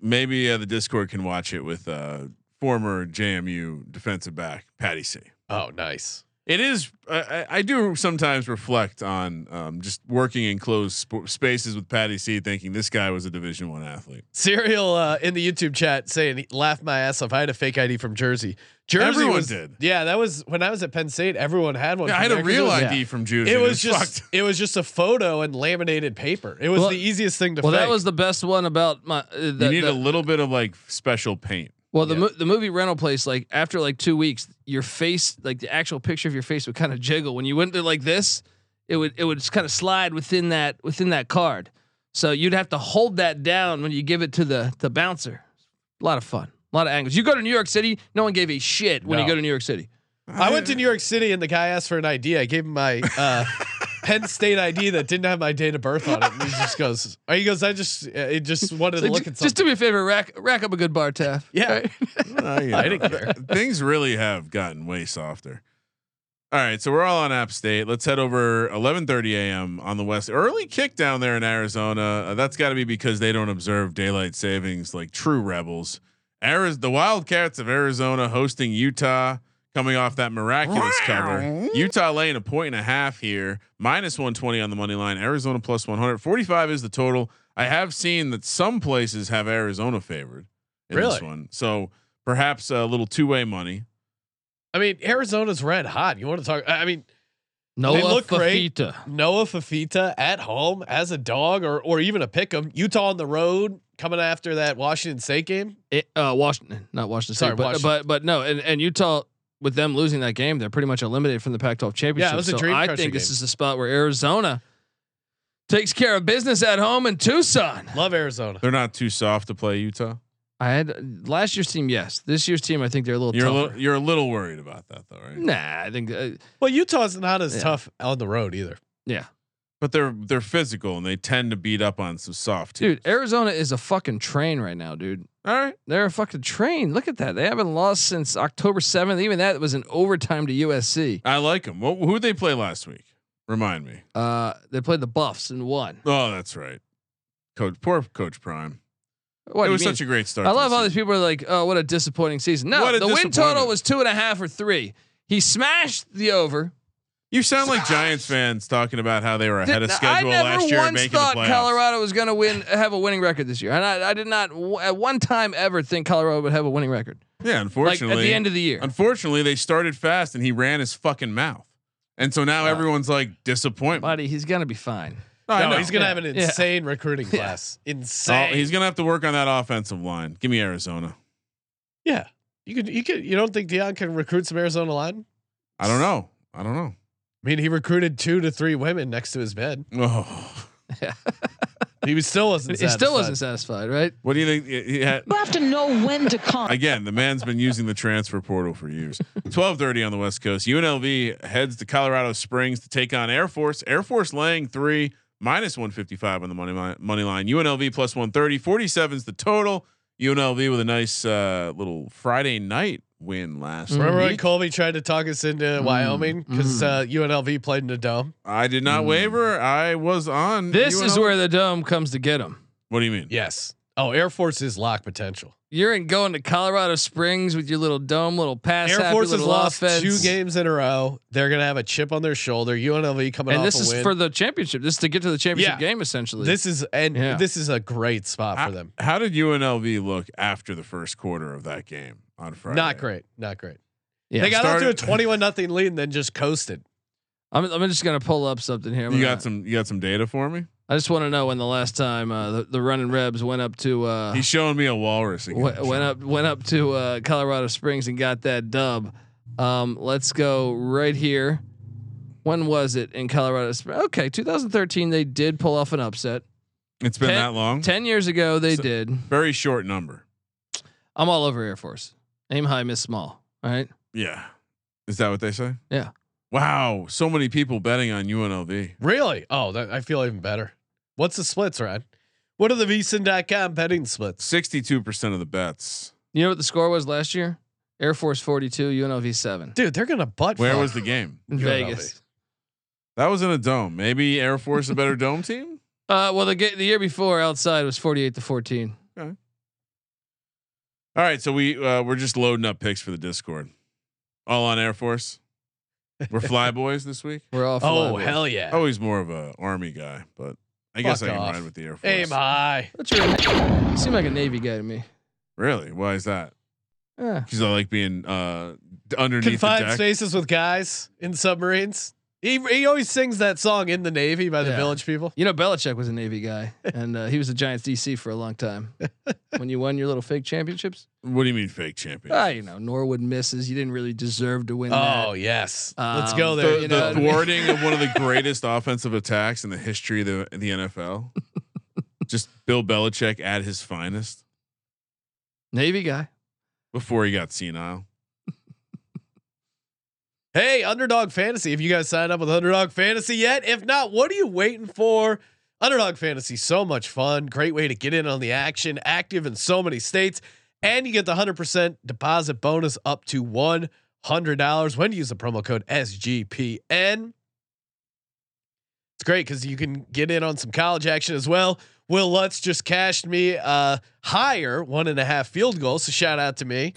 F: Maybe uh, the Discord can watch it with uh, former JMU defensive back Patty C.
A: Oh, nice.
F: It is. I, I- I do sometimes reflect on um, just working in closed sp- spaces with Patty C, thinking this guy was a Division One athlete.
A: Serial uh, in the YouTube chat saying, "Laugh my ass off." I had a fake ID from Jersey. Jersey
F: Everyone
A: was,
F: did.
A: Yeah, that was when I was at Penn State. Everyone had one.
F: Yeah,
A: from
F: I had a
A: there 'cause it
F: real
A: was-
F: ID from Jews.
A: It
F: and
A: was
F: fucked.
A: just it was just a photo and laminated paper. It was
G: Well-
A: the easiest thing to.
G: Well, that
A: fake.
G: was the best one about my. Uh, the,
F: you need a
G: the-
F: little bit of like special paint.
G: well, the
A: yeah.
G: mo- the movie rental place. Like after like two weeks, your face, like the actual picture of your face, would kind of jiggle when you went there like this. It would it would just kind of slide within that within that card. So you'd have to hold that down when you give it to the the bouncer. A lot of fun, a lot of angles. You go to New York City, no one gave a shit when you
A: No.
G: go to New York City.
A: I went to New York City and the guy asked for an ID. I gave him my uh, Penn State ID that didn't have my date of birth on it. And he just goes, he goes, I just, it just wanted to
G: Like,
A: look
G: ju-
A: at
G: just
A: something.
G: do me a favor, rack rack up a good bar taff.
A: Yeah.
G: right?
F: Uh, you
A: I
F: know,
A: didn't care.
F: Things really have gotten way softer. All right, so we're all on App State. Let's head over 11:30 a.m. on the West. Early kick down there in Arizona. Uh, that's got to be because they don't observe daylight savings like true rebels. Ari- the Wildcats of Arizona hosting Utah, coming off that miraculous cover. Utah laying a point and a half here, minus 120 on the money line. Arizona plus 100. 45 is the total. I have seen that some places have Arizona favored in this
A: Really?
F: one. So perhaps a little two-way money.
A: I mean, Arizona's red hot. You want to talk? I I mean,
G: No,
A: They look great.
G: Fafita.
A: Noah Fafita at home as a dog or, or even a pick'em. Utah on the road coming after that Washington State game.
G: It, uh, Washington, not Washington State,
A: Sorry,
G: but,
A: Washington.
G: but but no, and, and Utah with them losing that game, they're pretty much eliminated from the Pac-12 championship.
A: Yeah, it was a
G: so
A: dream
G: I
A: crusher
G: think this
A: game.
G: is the spot where Arizona takes care of business at home in Tucson.
A: Love Arizona.
F: They're not too soft to play Utah.
G: I had last year's team, yes. This year's team, I think they're a little
F: You're a
G: tougher.
F: little, you're a little worried about that though, right?
G: nah, I think uh,
A: Well, Utah's not as
G: Yeah.
A: tough on the road either.
G: yeah,
F: But they're they're physical and they tend to beat up on some soft teams.
G: dude. Arizona is a fucking train right now, dude.
F: All right.
G: They're a fucking train. Look at that. They haven't lost since October seventh. Even that was an overtime to USC.
F: I like them. What, who they play last week? Remind me.
G: Uh, they played the Buffs and won.
F: Oh, that's right. Coach, poor Coach Prime.
G: What
F: it
G: do you
F: was
G: mean?
F: such a great start.
G: I
F: to the
G: love all these
F: season.
G: people are like, oh, what a disappointing season. No,
F: What a
G: the win total
F: disappointment.
G: was two and a half or three. He smashed the over.
F: You sound like Giants fans talking about how they were ahead of
G: Now,
F: schedule
G: I never
F: last year and
G: once
F: making the
G: thought
F: playoffs.
G: Colorado was going to win, have a winning record this year, and I, I did not w- at one time ever think Colorado would have a winning record.
F: yeah,
G: Like
F: unfortunately,
G: at the end of the year,
F: unfortunately, they started fast and he ran his fucking mouth, and so now
G: Wow.
F: everyone's like disappointment.
G: buddy, he's going to be fine.
F: I
A: No,
F: know.
A: he's gonna have an
G: Yeah.
A: insane recruiting class. Insane.
F: Oh, he's gonna have to work on that offensive line. Give me Arizona.
A: yeah. You could. You could. You don't think Dion can recruit some Arizona line?
F: I don't know. I don't know.
A: I mean, he recruited two to three women next to his bed.
F: Oh,
A: He was still wasn't.
G: He still wasn't satisfied, right?
F: what do you think? He- he had-
H: You have to know when to come.
F: Again, the man's been using the transfer portal for years. Twelve thirty on the West Coast. UNLV heads to Colorado Springs to take on Air Force. Air Force laying three minus one fifty five on the money line. Money line. UNLV plus one thirty. Forty seven's the total. UNLV with a nice uh, little Friday night win last
G: Mm-hmm.
A: Remember when
F: week.
A: Colby tried to talk us into Wyoming because
G: Mm-hmm.
A: uh, UNLV played in the dome?
F: I did not waver. I was on.
G: This is
F: UNLV.
G: where the dome comes to get him.
F: What do you mean?
A: Yes. Oh, Air Force is lock potential.
G: You're in going to Colorado Springs with your little dome, little pass.
A: Air
G: happy
A: Force has
G: little
A: lost
G: offense.
A: two games in a row. They're gonna have a chip on their shoulder. UNLV coming
G: and
A: off
G: this
A: a
G: is
A: win.
G: for the championship. This is to get to the championship
A: Yeah.
G: game, essentially.
A: this is and
G: Yeah.
A: this is a great spot
F: How-
A: for them.
F: How did UNLV look after the first quarter of that game on Friday?
A: Not great. Not great.
G: yeah.
A: they got off
F: started-
A: to a twenty-one nothing lead and then just coasted.
G: I'm, I'm just gonna pull up something here. I'm
F: You
G: gonna-
F: got some. You got some data for me.
G: I just want to know when the last time uh, the, the running Rebs went up to uh,
F: He's showing me a walrus again.
G: went, went up went up to uh, Colorado Springs and got that dub. Um, let's go right here. When was it in Colorado Springs? Okay, 2013. They did pull off an upset.
F: It's been
G: Ten-
F: that long.
G: Ten years ago, they
F: So-
G: did.
F: Very short number.
G: I'm all over Air Force. Aim high, miss small. All right.
F: Yeah. Is that what they say?
G: Yeah.
F: Wow. So many people betting on UNLV.
A: Really? Oh, that, I feel even better. What's the splits, Ryan? What are the vsin.com betting splits?
F: Sixty-two percent of the bets.
G: You know what the score was last year? Air Force 42, UNLV 7.
A: Dude, they're gonna butt.
F: Where
A: fuck
F: was the game?
G: In
A: UNLV.
G: Vegas.
F: That was in a dome. Maybe Air Force a better dome team.
G: Uh, well, the ga- the year before outside was 48 to 14.
F: All right. So we uh, we're just loading up picks for the Discord. All on Air Force. We're fly boys this week.
G: We're off.
A: Oh hell yeah!
F: Always more of a army guy, but I guess I
A: Fuck
F: can
A: off.
F: ride with the Air Force.
A: Aim high.
G: That's your, you seem like a Navy guy to me. Eh.
F: Really? Why is that?
G: Yeah.
F: Because I like being uh, d- underneath the
A: Confined
F: deck.
A: spaces with guys in submarines. He, he always sings that song in the Navy by the
G: Yeah.
A: Village People.
G: You know, Belichick was a Navy guy, and uh, he was a Giants DC for a long time. when you won your little fake championships,
F: What do you mean fake champion?
G: ah, you know, Norwood misses. You didn't really deserve to win.
A: Oh yes, let's
G: Um,
A: go
G: The-
A: there.
F: the,
G: you
F: the
G: know what I mean?
F: thwarting of one of the greatest offensive attacks in the history of the, the NFL. Just Bill Belichick at his finest
G: that. Navy guy.
F: before he got senile.
A: Hey, Underdog Fantasy. If you guys signed up with Underdog Fantasy yet, if not, what are you waiting for? Underdog Fantasy, so much fun. Great way to get in on the action, active in so many states. And you get the 100% deposit bonus up to $100 when you use the promo code SGPN. It's great because you can get in on some college action as well. Will Lutz just cashed me uh, higher one and a half field goal. So shout out to me.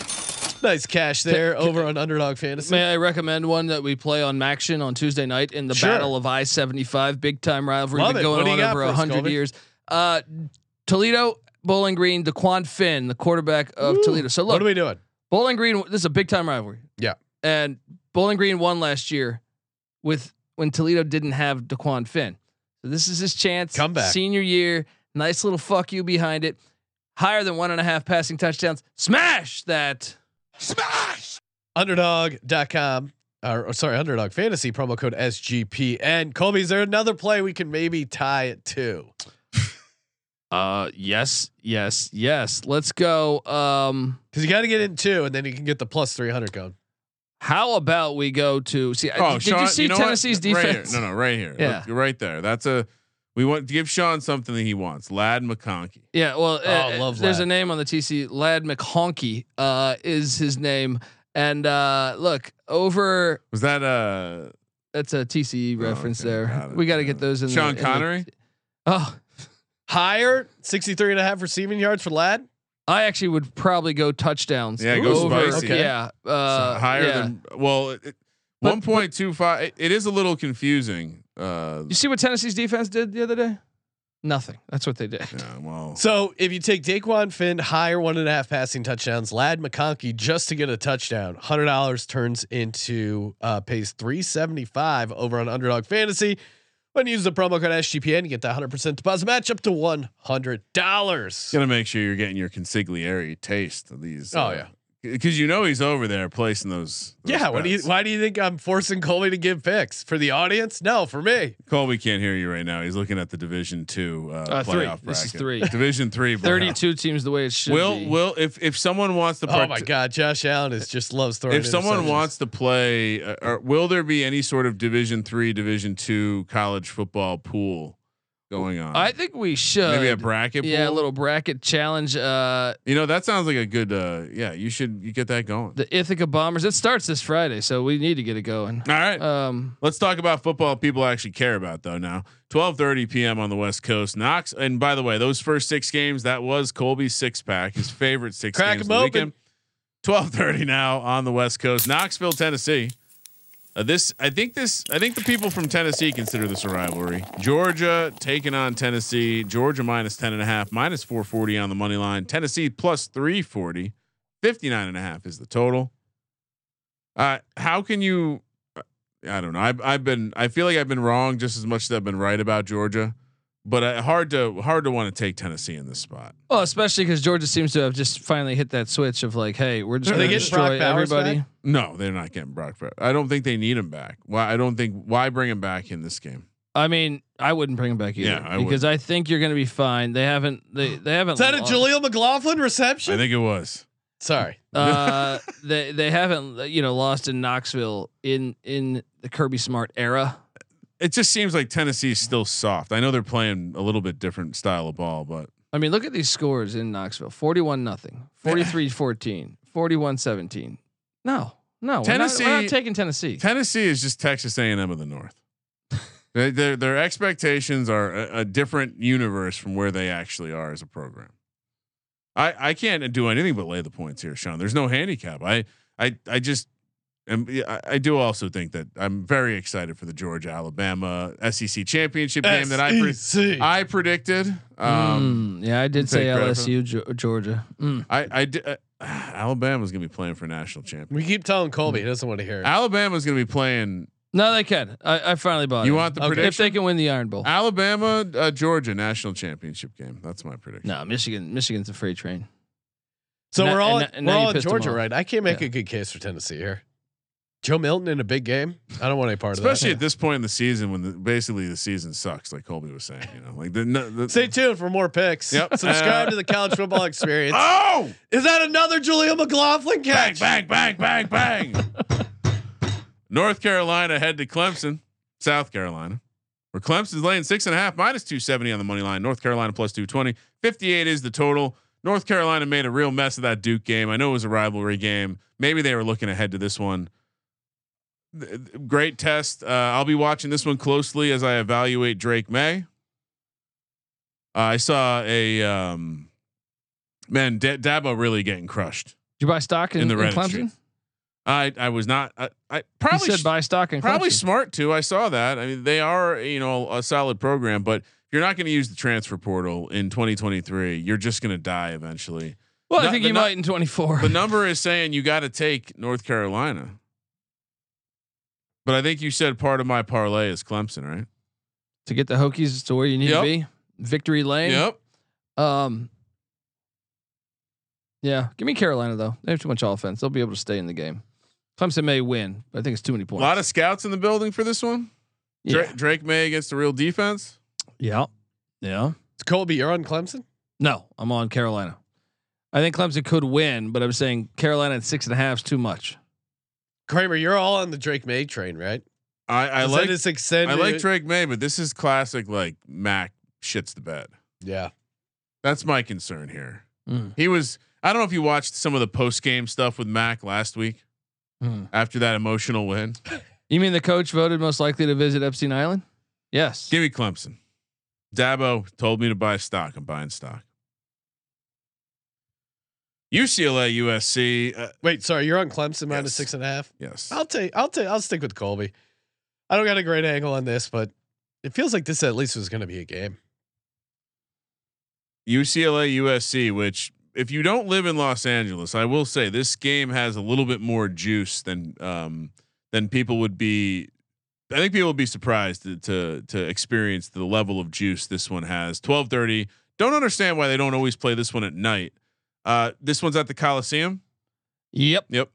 A: Nice cash there over on Underdog Fantasy.
G: May I recommend one that we play on Maction on Tuesday night in the
A: Sure.
G: Battle of I seventy five, big time rivalry
A: Love
G: been
A: it.
G: going
A: What do you
G: on
A: got
G: over
A: for us,
G: hundred
A: Colby?
G: years. Uh, Toledo Bowling Green, Daquan Finn, the quarterback of
A: Woo.
G: Toledo. So
A: what
G: look,
A: are we doing?
G: Bowling Green. This is a big time rivalry.
A: Yeah.
G: and Bowling Green won last year with when Toledo didn't have Daquan Finn. So this is his chance.
A: Comeback.
G: Senior year. Nice little fuck you behind it. Higher than one and a half passing touchdowns. Smash that.
A: Underdog.com. Or, or sorry, Underdog Fantasy promo code SGPN. Colby, is there another play we can maybe tie it to?
G: Uh yes, yes, yes. Let's go. Um
A: Because you got to get in two, and then you can get the plus three hundred code.
G: how about we go to see oh, did
F: Sean-
G: you see
F: know what?
G: Tennessee's
F: Right here.
G: defense?
F: No, no, right here.
G: Yeah.
F: Look, you're right there. That's a. We want to give Sean something that he wants. Lad McConkey.
G: Yeah, well,
A: Oh,
G: uh,
A: love
G: there's
A: Lad.
G: a name on the TC. Lad McHonkey uh, is his name, and uh, look over.
F: Was that uh
G: That's a TCE
F: Oh,
G: reference
F: okay,
G: there.
F: got it,
G: we got to
F: got
G: get
F: it.
G: those in.
F: Sean
G: the, in the-
F: Connery?
G: oh,
A: Higher 63 and a half receiving yards for Lad.
G: I actually would probably go touchdowns.
F: Yeah, go
G: over-
F: spicy.
G: Yeah, uh,
F: higher
G: yeah.
F: than well it,
G: But-
F: One point two five. It is a little confusing. Uh,
G: You see what Tennessee's defense did the other day? Nothing. That's what they did.
F: yeah, well,
A: So if you take Daquan Finn higher one and a half passing touchdowns, Lad McConkey just to get a touchdown, hundred dollars turns into uh, pays three seventy five over on Underdog Fantasy. When you use the promo code SGPN, you get that hundred percent deposit match up to one hundred dollars.
F: gonna make sure you're getting your consigliere taste of these.
A: Oh, yeah.
F: because you know he's over there placing those. those
A: Yeah, what do you,
F: bets.
A: why do you think I'm forcing Colby to give picks for the audience? No, for me.
F: Colby can't hear you right now. He's looking at the Division Two uh,
G: Uh,
F: playoff
G: three.
F: bracket.
G: This is three.
F: Division Three. playoff.
G: Thirty-two teams the way it should
F: Will
G: be.
F: will if if someone wants to
A: Oh
F: part-
A: my God, Josh Allen is just loves throwing.
F: if someone
A: interceptions.
F: wants to play uh, or will there be any sort of Division Three, Division Two college football pool going on?
G: I think we should.
F: Maybe a bracket.
G: Yeah, a
F: pool?
G: little bracket challenge. Uh,
F: You know that sounds like a good. uh Yeah, you should you get that going.
G: the Ithaca Bombers. It starts this Friday, so we need to get it going.
F: All right.
G: Um,
F: Let's talk about football people actually care about though now. 12:30 p.m. on the West Coast. Knox and by the way, those first 6 games that was Colby's six pack, his favorite six
A: Crack
F: games
A: 'em
F: of the
A: open.
F: weekend. 12:30 now on the West Coast. Knoxville, Tennessee. Uh, this I think this I think the people from Tennessee consider this a rivalry. Georgia taking on Tennessee. Georgia minus 10 and a half, minus 440 on the money line. Tennessee plus 340. 59 and a half is the total. Uh, how can you uh, I don't know. I've I've been I feel like I've been wrong just as much as I've been right about Georgia, but I, hard to hard to want to take Tennessee in this spot.
G: well, especially because Georgia seems to have just finally hit that switch of like, hey, we're just
A: Are
G: going
A: they
G: to
A: getting Brock
G: destroy
A: Bowers
G: everybody.
A: back?
F: No, they're not getting Brock. Fair- I don't think they need him back. Why? I don't think why bring him back in this game.
G: I mean, I wouldn't bring him back either
F: Yeah, I
G: because I think you're going to be fine. They haven't. They they haven't.
A: is that a
G: lost-
A: Jaleel McLaughlin reception?
F: I think it was.
A: Sorry,
G: Uh, they they haven't you know lost in Knoxville in in the Kirby Smart era.
F: It just seems like Tennessee's still soft. I know they're playing a little bit different style of ball, but
G: I mean, look at these scores in Knoxville: forty-one nothing, 43-14, 41-17. No, no, Tennessee. We're not,
F: Tennessee-
G: taking Tennessee.
F: Tennessee is just Texas A and M of the North. They- their their expectations are a, a different universe from where they actually are as a program. I I can't do anything but lay the points here, Sean. There's no handicap. I I I just am, I, I do also think that I'm very excited for the Georgia Alabama SEC championship game that I pre-
A: SEC.
F: I predicted. Um,
G: Mm, yeah, I did say
F: take credit for
G: LSU, Geo- Georgia. Mm.
F: I I di- uh, Alabama's gonna be playing for national champion.
A: we keep telling Colby he doesn't want to hear. it.
F: Alabama's gonna be playing.
G: No, they can. I, I finally bought.
F: You
G: it.
F: want the
A: Okay.
G: if
F: prediction? Ah.
G: they can win the Iron Bowl?
F: Alabama, uh, Georgia national championship game. That's my prediction.
G: No, Michigan. Michigan's a free train.
A: So
G: And
A: we're
G: that-
A: all
G: and that- and
A: we're
G: now you
A: all in
G: pissed 'em
A: Georgia,
G: off.
A: right? I can't make
G: Yeah.
A: a good case for Tennessee here. Joe Milton in a big game. I don't want any part
F: Especially
A: of
F: at this point in the season when the, basically the season sucks, like Colby was saying. You know, like the, no- the
A: that. Stay tuned for more picks.
F: Yep.
A: Subscribe
F: Uh,
A: to the College Football Experience.
F: Oh,
A: Is that another Julia McLaughlin
F: bang,
A: catch?
F: bang, bang, bang, bang. North Carolina head to Clemson, South Carolina. Where Clemson's laying six and a half, minus 270 on the money line. North Carolina plus 220. 58 is the total. North Carolina made a real mess of that Duke game. I know it was a rivalry game. Maybe they were looking ahead to this one. Th- th- Great test. Uh, I'll be watching this one closely as I evaluate Drake May. Uh, I saw a um, man, D- Dabo really getting crushed.
G: Did you buy stock in,
F: In the
G: in
F: red
G: Clemson?
F: street. I I was not. I, I
G: You
F: probably
G: said
F: sh-
G: buy stock in
F: probably
G: Clemson.
F: smart too. I saw that. I mean, they are you know a solid program, but if you're not going to use the transfer portal in 2023, you're just going to die eventually.
G: well, I
F: No,
G: think
F: the
G: you
F: nu-
G: might in twenty four.
F: The number is saying you got to take North Carolina, but I think you said part of my parlay is Clemson, right?
G: to get the Hokies to where you need
F: Yep.
G: to be. Victory lane.
F: Yep.
G: Um. Yeah, give me Carolina though. They have too much offense. They'll be able to stay in the game. Clemson may win, but I think it's too many
F: A
G: points.
F: lot of scouts in the building for this one.
G: yeah,
F: Drake, Drake May against the real defense.
G: yeah, yeah.
A: Colby, you're on Clemson.
G: No, I'm on Carolina. I think Clemson could win, but I'm saying Carolina at six and a half is too much.
A: Kramer, you're all on the Drake May train, right?
F: I, I
A: Is that
F: like
A: his extended.
F: I like Drake May, but this is classic like Mac shits the bed.
A: Yeah.
F: That's my concern here.
G: Mm.
F: He was. I don't know if you watched some of the post game stuff with Mac last week after that emotional win.
G: You mean the coach voted most likely to visit Epstein Island? Yes.
F: Give me Clemson. Dabo told me to buy stock. I'm buying stock. UCLA, USC. Uh,
A: Wait, sorry, you're on Clemson minus
F: Yes.
A: six and a half.
F: yes.
A: I'll take. I'll take. I'll stick with Colby. I don't got a great angle on this, but it feels like this at least was going to be a game.
F: UCLA, USC, which if you don't live in Los Angeles, I will say this game has a little bit more juice than um than people would be. I think people would be surprised to to, to experience the level of juice this one has. Twelve thirty. Don't understand why they don't always play this one at night. Uh, this one's at the Coliseum.
G: Yep.
F: Yep.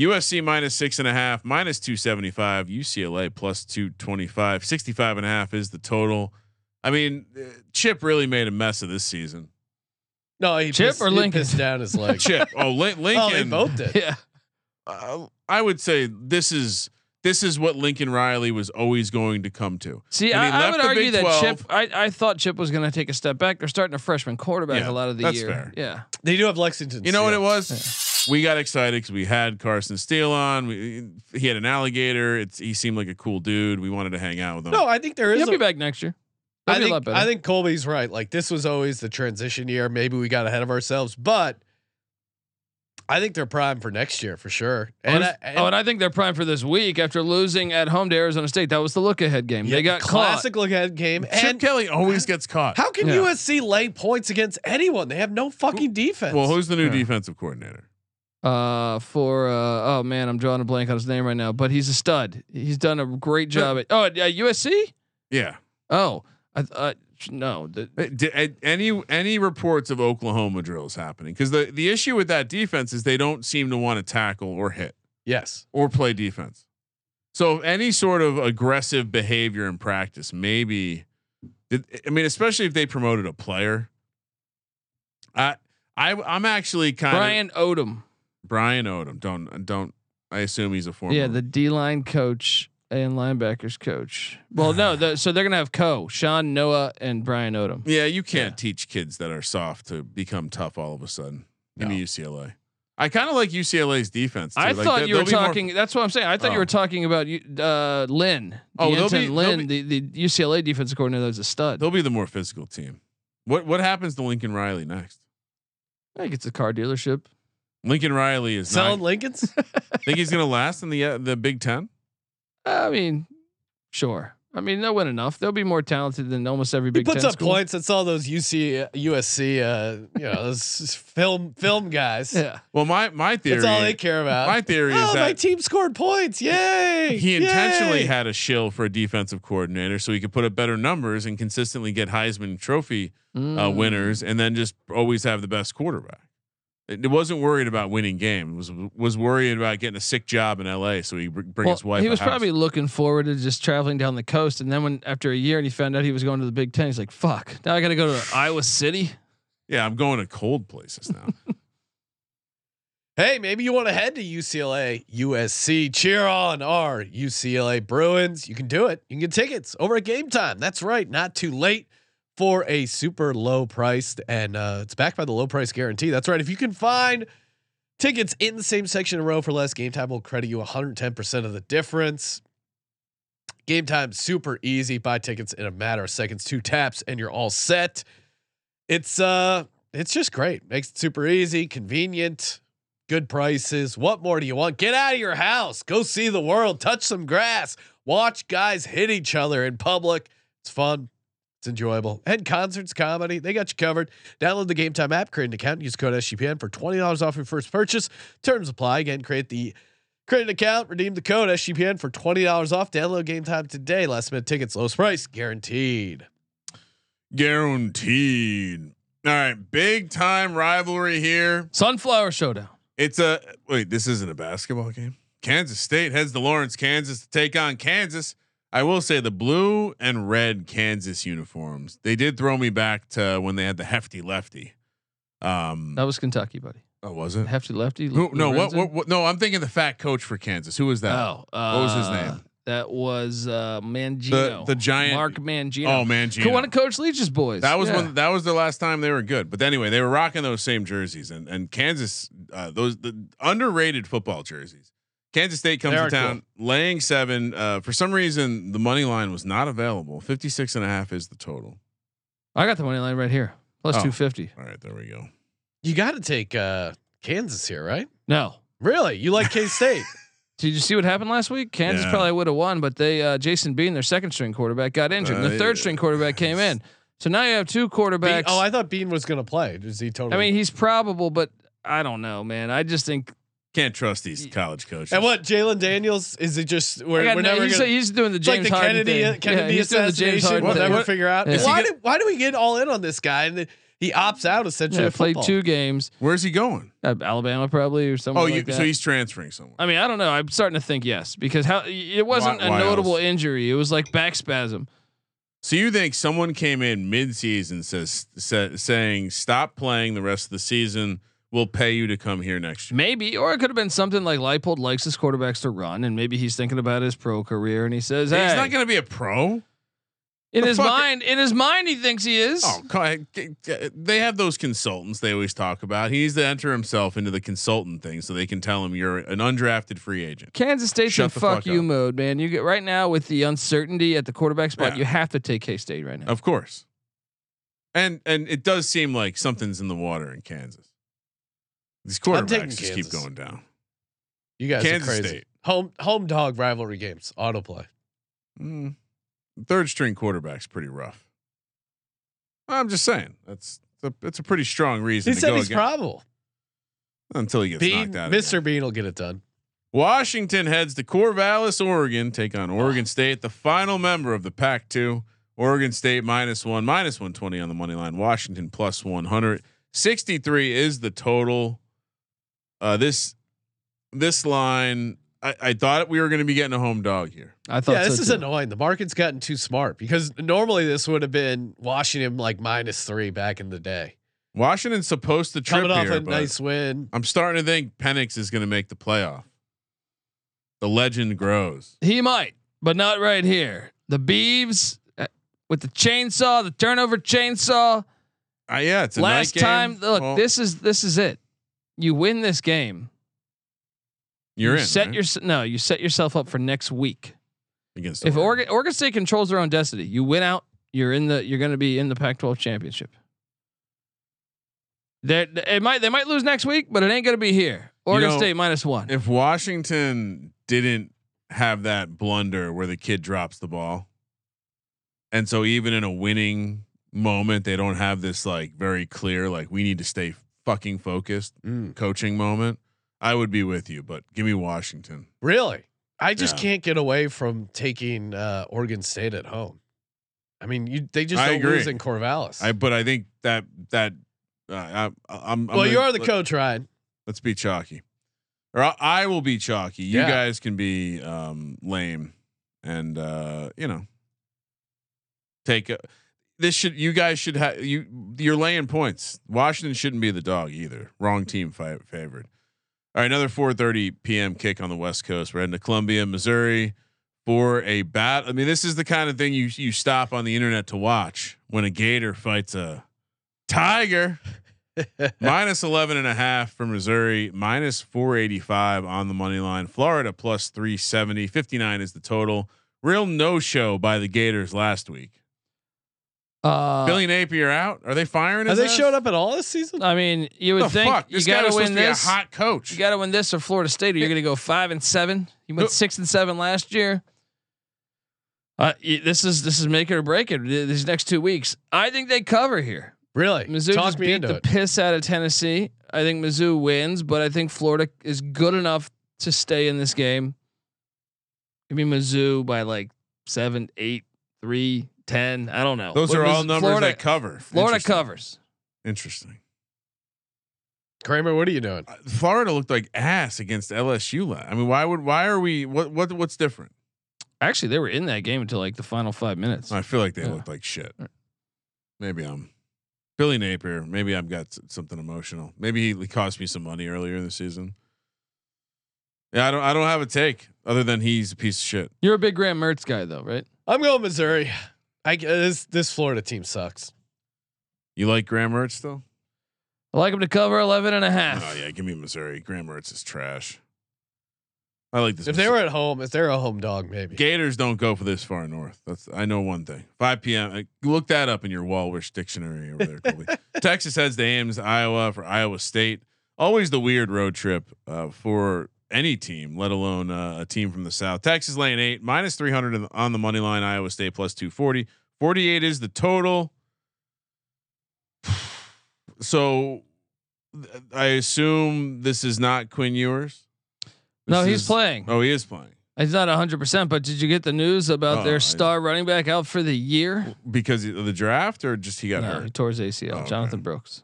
F: USC minus six and a half, minus 275. UCLA plus 225. 65 and a half is the total. I mean, uh, Chip really made a mess of this season.
A: No, he
G: Chip
A: pissed,
G: or
A: he
G: Lincoln?
A: pissed down his leg.
F: Chip. Oh, Lin-
A: Oh, they
F: Lincoln.
A: both did.
G: Yeah.
F: uh, I would say this is this is what Lincoln Riley was always going to come to.
G: See,
F: When he
G: I, I
F: left
G: would
F: the
G: argue
F: Big
G: that
F: 12
G: Chip. I, I thought Chip was going to take a step back. They're starting a freshman quarterback
F: Yeah,
G: a lot of the
F: that's
G: year.
F: fair.
G: Yeah.
A: They do have Lexington.
F: You know what it
A: Steel.
F: was? We got excited because we had Carson Steele on. We, he had an alligator. It's he seemed like a cool dude. We wanted to hang out with him.
A: No, um, I think there is
G: He'll
A: a-
G: be back next year. He'll
A: I
G: be a lot
A: think,
G: better.
A: I think Colby's right. Like this was always the transition year. Maybe we got ahead of ourselves, but I think they're primed for next year for sure. And,
G: oh,
A: I,
G: and, I think they're primed for this week after losing at home to Arizona State. That was the look ahead game.
A: yeah,
G: they got
A: classic look ahead game.
F: Chip
A: And
F: Kelly always gets caught.
A: how can
G: Yeah.
A: USC lay points against anyone? They have no fucking defense.
F: well, who's the new
G: Yeah.
F: defensive coordinator?
G: caught uh, for uh, oh man, I'm drawing a blank on his name right now, but he's a stud. He's done a great job at oh at, uh, USC.
F: Yeah.
G: Oh, I, th- uh, no, the,
F: Uh, d- uh, Any any reports of Oklahoma drills happening? Because the the issue with that defense is they don't seem to want to tackle or hit.
A: yes,
F: or play defense. So any sort of aggressive behavior in practice, maybe. Did, I mean, especially if they promoted a player. I I I'm actually kind
G: Brian Odom.
F: of Brian Odom. Don't don't. I assume he's a former.
G: Yeah, the D line coach and linebackers coach. Well, no, the, so they're gonna have co Sean Noah and Brian Odom.
F: yeah. You can't teach kids that are soft to become tough all of a sudden. Give me UCLA. I kind of like UCLA's defense. Too.
G: I
F: Like,
G: thought
F: they-
G: you were
F: they'll be more-
G: talking. that's what I'm saying. I thought you
F: Oh.
G: were talking about you- uh, Lynn.
F: Oh,
G: Oh,
F: they'll be- they'll
G: Lynn, the, the UCLA defensive coordinator, that's a stud.
F: they'll be the more physical team. What what happens to Lincoln Riley next?
G: I think it's a car dealership.
F: Lincoln Riley is
A: selling
F: not,
A: Lincolns.
F: think he's gonna last in the uh, the Big Ten.
G: I mean, sure. I mean, they'll win enough. They'll be more talented than almost every
A: he
G: Big
A: puts
G: Ten
A: up
G: school.
A: points. That's all those UC USC, uh, you know, those s- film film guys.
G: Yeah.
F: Well, my my theory.
A: That's all they care about.
F: My theory
A: oh,
F: is
A: my
F: that
A: team scored points! Yay!
F: he intentionally
A: Yay!
F: had a shill for a defensive coordinator so he could put up better numbers and consistently get Heisman Trophy uh,
G: Mm.
F: winners, and then just always have the best quarterback. It, it wasn't worried about winning game. It was was worried about getting a sick job in L.A. So he br- bring
G: Well,
F: his wife.
G: he
F: a
G: was
F: house.
G: probably looking forward to just traveling down the coast, and then when after a year and he found out he was going to the Big Ten, he's like, "Fuck! Now I got to go to Iowa City."
F: yeah. I'm going to cold places now.
A: Hey, maybe you want to head to UCLA, USC, cheer on our UCLA Bruins. You can do it. You can get tickets over at game time. That's right. Not too late for a super low priced, and uh, it's backed by the low price guarantee. That's right. If you can find tickets in the same section in a row for less, game time will credit you 110% of the difference. Game time super easy. Buy tickets in a matter of seconds, two taps, and you're all set. It's uh it's just great. Makes it super easy, convenient good prices. What more do you want? Get out of your house. Go see the world. Touch some grass. Watch guys hit each other in public. It's fun. It's enjoyable. And concerts, comedy, they got you covered. Download the Game Time app, create an account, use code SGPN for $20 off your first purchase. Terms apply. Again, create the create an account, redeem the code SGPN for $20 off. Download Game Time today. Last minute tickets, lowest price, guaranteed.
F: Guaranteed. All right, big time rivalry here.
G: Sunflower Showdown.
F: It's a wait. This isn't a basketball game. Kansas State heads to Lawrence, Kansas, to take on Kansas. I will say the blue and red Kansas uniforms. They did throw me back to when they had the hefty lefty. Um,
G: That was Kentucky, buddy.
F: oh, was it?
G: Hefty lefty.
F: Who, no, what,
G: Lorenzen.
F: what, what? No, I'm thinking the fat coach for Kansas. Who was that?
G: Oh, uh,
F: What was his name?
G: That was uh, Mangino.
F: the giant-
G: Mark Mangino.
F: oh man, Gino.
G: Could one of Coach Leach's boys.
F: That was
G: Yeah.
F: when that was the last time they were good. But anyway, they were rocking those same jerseys and and Kansas uh, those the underrated football jerseys. Kansas State comes
A: They
F: to
A: are
F: town laying 7 uh, for some reason the money line was not available. 56 and a half is the total.
G: I got the money line right here. Plus
F: Oh.
G: 250.
F: All right, there we go.
A: You got to take uh, Kansas here, right?
G: No.
A: Really? You like K State?
G: Did you see what happened last week? Kansas
F: Yeah.
G: probably would have won, but they uh, Jason Bean, their second string quarterback, got injured. and
F: Uh,
G: the third string quarterback came in. So now you have two quarterbacks.
A: oh, I thought Bean was going to play. Is he totally?
G: I mean, he's probable, but I don't know, man. I just think
F: Can't trust these college coaches.
A: and what Jalen Daniels? Is it just
G: I
A: we're,
G: got
A: we're
G: no-
A: never
G: he's,
A: gonna,
G: he's doing the
A: it's like
G: James
A: the
G: Harden
A: Kennedy uh,
G: thing. yeah,
A: Kennedy
G: he's doing the James
A: assassination?
G: Harden
A: We'll
G: thing.
A: never figure out.
G: Yeah. Is he
A: Why
F: go-
A: did, why do we get all in on this guy and then he opts out essentially?
G: Yeah,
A: of
G: played
A: football?
G: two games,
F: Where's he going?
G: uh, Alabama probably or somewhere
F: oh,
G: like
F: you,
G: that.
F: so he's transferring somewhere.
G: I mean, I don't know. I'm starting to think yes because how it wasn't
F: why
G: a notable
F: else?
G: injury. It was like back spasm.
F: So you think someone came in mid-season says sa- saying stop playing the rest of the season? We'll pay you to come here next year.
G: Maybe, or it could have been something like Leipold likes his quarterbacks to run, and maybe he's thinking about his pro career, and he says, "Hey,
F: He's not going to be a pro.
G: in
F: the
G: his
F: fuck-
G: mind, in his mind, he thinks he is."
F: Oh, co- g- g- they have those consultants they always talk about. He needs to enter himself into the consultant thing so they can tell him you're an undrafted free agent.
G: Kansas State's in
F: Shut the
G: fuck,
F: fuck
G: you
F: up.
G: mode, man. You get right now with the uncertainty at the quarterback spot.
F: Yeah.
G: You have to take K State right now.
F: Of course. And and it does seem like something's in the water in Kansas. These
A: I'm taking
F: quarterbacks just keep
A: Kansas.
F: going down.
A: You guys
F: Kansas
A: are crazy.
F: State.
A: Home home dog rivalry games. Autoplay.
F: Mm. Third string quarterback's pretty rough. I'm just saying that's it's a, it's a pretty strong reason
A: He
F: to
A: said
F: go
A: he's
F: again,
A: probably
F: until he gets
A: Bean.
F: knocked out.
A: Mr.
F: again.
A: Bean will get it done.
F: Washington heads to Corvallis, Oregon, take on Oregon State, the final member of the Pac-2. Oregon State minus one, minus one twenty on the money line. Washington plus one hundred sixty-three is the total. Uh, this this line, I, I thought we were going to be getting a home dog here.
G: I thought
A: Yeah, this
G: so
A: is
G: too.
A: annoying. The market's gotten too smart because normally this would have been Washington like minus three back in the day.
F: Washington's supposed to trip
A: Coming off
F: here,
A: a
F: but-
A: nice win.
F: I'm starting to think Penix is going to make the playoff. The legend grows.
G: He might, but not right here. The Beeves uh, with the chainsaw, the turnover chainsaw.
F: Ah, yeah, it's a
G: Last
F: night game.
G: time, look,
F: Well,
G: this is this is it. You win this game.
F: you're
G: you
F: in
G: set
F: right?
G: your no. You set yourself up for next week.
F: against
G: If Oregon, Oregon State controls their own destiny, you win out. You're in the. You're going to be in the Pac-12 championship. They're, it might they might lose next week, but it ain't going to be here. Oregon
F: know,
G: State minus one.
F: if Washington didn't have that blunder where the kid drops the ball, and so even in a winning moment, they don't have this like very clear like we need to stay fucking focused
A: Mm.
F: coaching moment. I would be with you, but give me Washington.
A: Really? I just
F: Yeah.
A: can't get away from taking uh, Oregon State at home. I mean, you they just
F: I
A: don't lose
F: agree.
A: in Corvallis.
F: I but I think that that uh, I, I'm, I'm
A: well, you
F: gonna-
A: are the coach, Ryan.
F: Let's be chalky, or I, I will be chalky. You
A: Yeah.
F: guys can be um, lame, and uh, you know, take a, this. Should you guys should have you? You're laying points. Washington shouldn't be the dog either. Wrong team fi- favored. All right, another 4:30 p.m. kick on the West Coast. We're heading to Columbia, Missouri, for a bat. I mean, this is the kind of thing you you stop on the internet to watch when a gator fights a tiger minus 11 and a half for Missouri, minus 485 on the money line. Florida plus 370, 59 is the total. Real no show by the Gators last week.
G: Uh,
F: Billy Napier out. Are they firing?
A: Have
F: his
A: they
F: ass?
A: showed up at all this season?
G: I mean, you would
F: The
G: think
F: fuck?
G: you
F: This
G: got
F: guy was
G: to
F: supposed
G: win
F: to be a
G: this.
F: hot coach.
G: You got to win this or Florida State, or you're going to go five and seven. You went
F: No.
G: six and seven last year. Uh, y- this is this is make it or break it. th- These next two weeks, I think they cover here.
A: Really?
G: Mizzou
A: Talk
G: just
A: me
G: beat
A: into
G: the
A: it.
G: piss out of Tennessee. I think Mizzou wins, but I think Florida is good enough to stay in this game. Give me Mizzou by like seven, eight, three, ten. I don't know.
F: Those
G: What
F: are all
G: was-
F: numbers
G: Florida,
F: that cover.
G: Florida
F: Interesting.
G: covers.
F: Interesting.
A: Kramer, what are you doing?
F: Uh, Florida looked like ass against LSU. la- I mean, why would why are we what what what's different?
G: Actually, they were in that game until like the final five minutes.
F: I feel like they
G: Yeah.
F: looked like shit.
G: Right.
F: Maybe I'm Billy Napier. Maybe I've got s- something emotional. Maybe he cost me some money earlier in the season. Yeah, I don't. I don't have a take other than he's a piece of shit.
G: You're a big Graham Mertz guy, though, right?
A: I'm going Missouri. I g- this this Florida team sucks.
F: You like Graham Mertz still?
G: I like him to cover 11 and a half.
F: Oh yeah, give me Missouri. Graham Mertz is trash. I like this.
A: If they
F: Missouri-
A: were at home, if they're a home dog, maybe.
F: Gators don't go for this far north. That's I know one thing. 5 p.m. uh, Look that up in your Walwish dictionary over there. Colby. Texas heads to Ames, Iowa for Iowa State. always the weird road trip uh, for any team, let alone uh, a team from the South. Texas laying eight, minus 300 on the- on the money line, Iowa State plus 240. 48 is the total. So th- I assume this is not Quinn Ewers.
G: No,
F: This
G: he's
F: is-
G: playing.
F: Oh, he is playing
G: It's not 100%, but did you get the news about
F: Oh, I-
G: their star running back out for the year?
F: because of the draft or just he got
G: No, he
F: hurt?
G: tore his ACL.
F: Oh, okay.
G: Jonathan Brooks.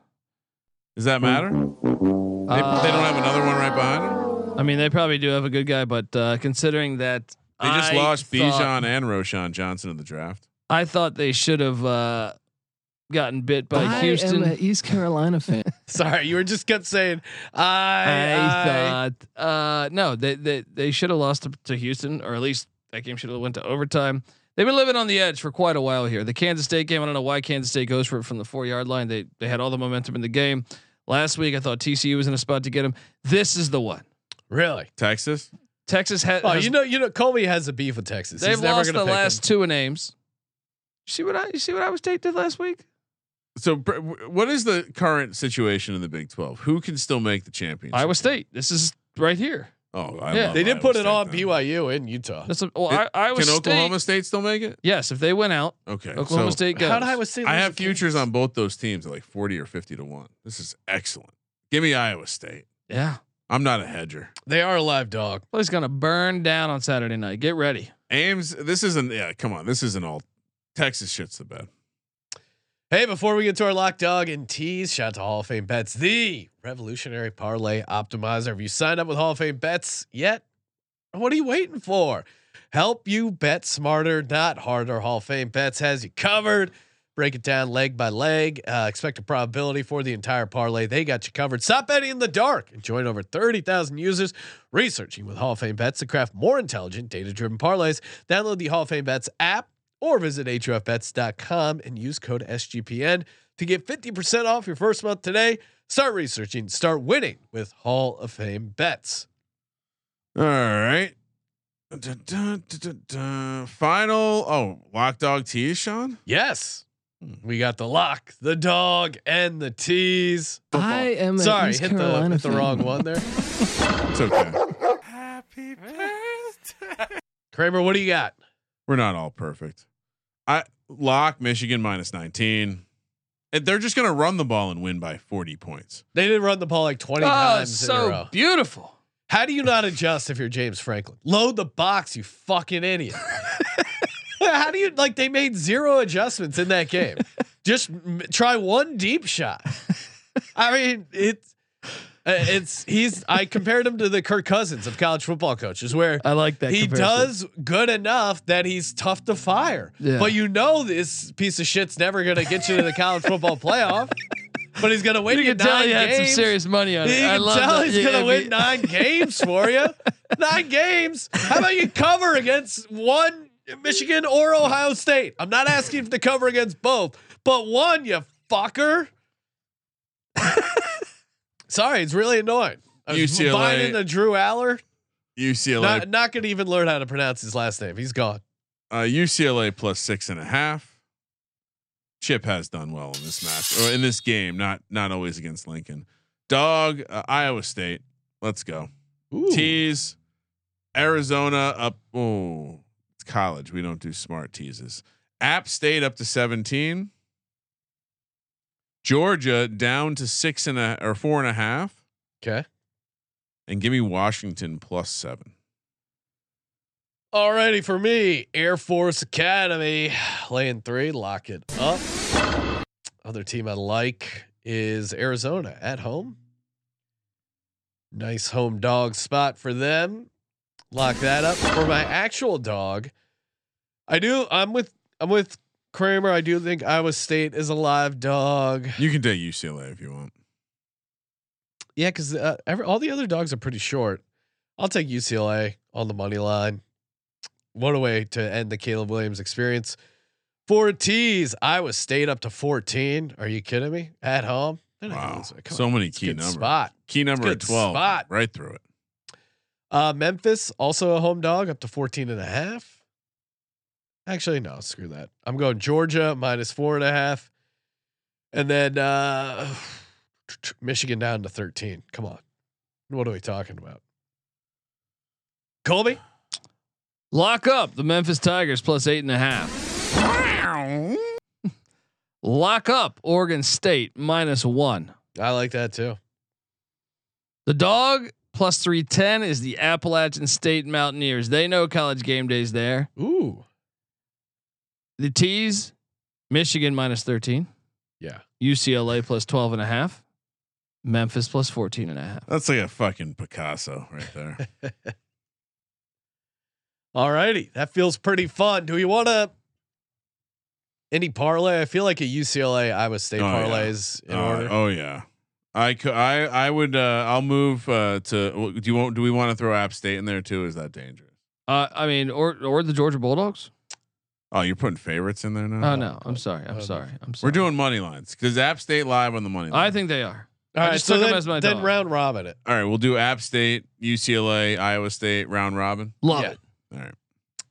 F: Does that matter? They,
G: Uh,
F: they don't have another one right behind him?
G: I mean, they probably do have a good guy, but uh, considering that
F: They just
G: I
F: lost
G: thought-
F: Bijan and Roshan Johnson in the draft.
G: I thought they should have uh, gotten bit by
H: I
G: Houston.
H: am an East Carolina fan.
A: Sorry, you were just kept saying I. I,
G: I thought uh, no, they they they should have lost to, to Houston, or at least that game should have went to overtime. They've been living on the edge for quite a while here. The Kansas State game, I don't know why Kansas State goes for it from the four yard line. They they had all the momentum in the game. Last week, I thought TCU was in a spot to get him. This is the one.
A: really?
F: Texas.
G: Texas ha- has.
A: Oh, you know, you know, Colby has a beef with Texas.
G: they've
A: He's never
G: lost
A: gonna
G: the
A: pick 'em.
G: last two names. You see what I? You see what Iowa State did last week?
F: So, pr- what is the current situation in the Big Twelve? Who can still make the championship?
G: Iowa State. This is right here.
F: Oh, I
G: Yeah.
F: love
A: They did
F: Iowa
A: put
F: State
A: it on
F: then.
A: BYU and Utah.
G: That's a, well,
F: It-
G: I, Iowa
F: Can
G: State.
F: Oklahoma State still make it?
G: Yes, if they went out,
F: Okay.
G: Oklahoma
F: so
G: State goes.
A: How did Iowa State?
F: I
A: lose
F: have
A: to Kansas?
F: futures on both those teams at like forty or fifty to one. This is excellent. Give me Iowa State.
G: Yeah,
F: I'm not a hedger.
A: They are a live dog.
G: place gonna burn down on Saturday night. Get ready.
F: Ames. This isn't. Yeah, come on. This isn't all. Texas shits the bed.
A: Hey, before we get to our lock dog and tease, shout out to Hall of Fame Bets, the revolutionary parlay optimizer. Have you signed up with Hall of Fame Bets yet? What are you waiting for? Help you bet smarter, not harder. Hall of Fame Bets has you covered. Break it down leg by leg. Uh, expect a probability for the entire parlay. They got you covered. Stop betting in the dark and join over 30,000 users researching with Hall of Fame Bets to craft more intelligent, data driven parlays. Download the Hall of Fame Bets app or visit hofbets.com and use code SGPN to get 50% off your first month today. Start researching, start winning with Hall of Fame Bets.
F: All right. Dun, dun, dun, dun, dun. Final. Oh, lock dog tease, Sean.
A: Yes.
H: Hmm.
A: We got the lock, the dog, and the tease.
H: I am an
A: Sorry,
H: East
A: hit the,
H: Carolina
A: hit the
H: fan.
A: wrong one there.
F: It's okay.
A: Kramer, what do you got?
F: We're not all perfect. I lock Michigan minus nineteen. And They're just gonna run the ball and win by forty points.
A: They did run the ball like 20
H: Ah,
G: Oh,
A: times in a
G: so
A: row.
G: beautiful.
A: How do you not adjust if you're James Franklin? Load the box, you fucking idiot. How do you like they made zero adjustments in that game? Just m- try one deep shot. I mean, it's uh, it's he's I compared him to the Kirk Cousins of college football coaches where
G: I like that.
A: he
G: comparison.
A: does good enough that he's tough to fire.
G: Yeah.
A: But you know this piece of shit's never going to get you to the college football playoff. But he's going to win
G: You
A: you
G: can tell
A: nine
G: he had some
A: games.
G: serious money on
A: You
G: it. I
A: can
G: love
A: tell
G: that.
A: he's
G: Yeah,
A: gonna
G: if
A: win
G: he-
A: nine games for you. Nine games. How about you cover against one Michigan or Ohio State? I'm not asking to cover against both, but one, you fucker. Sorry, it's really annoying. I was
F: UCLA.
A: buying into Drew Aller.
F: UCLA,
A: Not, not gonna even learn how to pronounce his last name. He's gone.
F: uh, UCLA plus six and a half. Chip has done well in this match or in this game, not not always against Lincoln. Dog, uh, Iowa State. Let's go. Tease, Arizona up. Oh, it's college. We don't do smart teases. App State up to seventeen. Georgia down to six and a or four and a half,
A: Okay.
F: and give me Washington plus seven.
A: Alrighty for me, Air Force Academy laying three, lock it up. Other team I like is Arizona at home. Nice home dog spot for them. Lock that up for my actual dog. I do. I'm with. I'm with Kramer. I do think Iowa State is a live dog.
F: You can take UCLA if you want.
A: Yeah, because uh, every, all the other dogs are pretty short. I'll take UCLA on the money line. What a way to end the Caleb Williams experience. Four tees. Iowa State up to 14. Are you kidding me? At home? They're not gonna
F: Wow,
A: lose it. uh, Come
F: so
A: on.
F: many
A: It's a
F: key
A: good
F: numbers.
A: Spot.
F: Key number
A: good
F: twelve,
A: spot.
F: right through it.
A: Uh, Memphis, also a home dog, up to 14 and a half. Actually, no, screw that. I'm going Georgia minus four and a half. And then uh Michigan down to 13. Come on. What are we talking about? Colby?
G: Lock up the Memphis Tigers plus eight and a half. Lock up Oregon State minus one.
A: I like that too.
G: The dog plus 310 is the Appalachian State Mountaineers. They know college game days there.
A: Ooh.
G: The T's, Michigan minus 13,
A: Yeah.
G: UCLA plus 12 and a half, Memphis plus 14 and a half.
F: That's like a fucking Picasso right there.
A: All righty. That feels pretty fun. Do we want to any parlay? I feel like a UCLA Iowa State
F: Oh, yeah.
A: parlays in
F: Uh,
A: order.
F: Oh yeah. I could. I I would. Uh, I'll move uh, to. well, Do you want? Do we want to throw App State in there too? Is that dangerous?
G: Uh, I mean, or or the Georgia Bulldogs?
F: Oh, you're putting favorites in there now.
G: Oh no, I'm sorry, I'm
A: Oh,
G: sorry, I'm sorry.
F: We're doing money lines because App State live on the money. Line.
G: I think they are.
A: All
G: I
A: right.
G: just
A: So
G: took 'em
A: then,
G: as my
A: then
G: dog.
A: round robin it.
F: All right, we'll do App State, UCLA, Iowa State, round robin.
G: Love
A: Yeah.
G: it.
F: All right.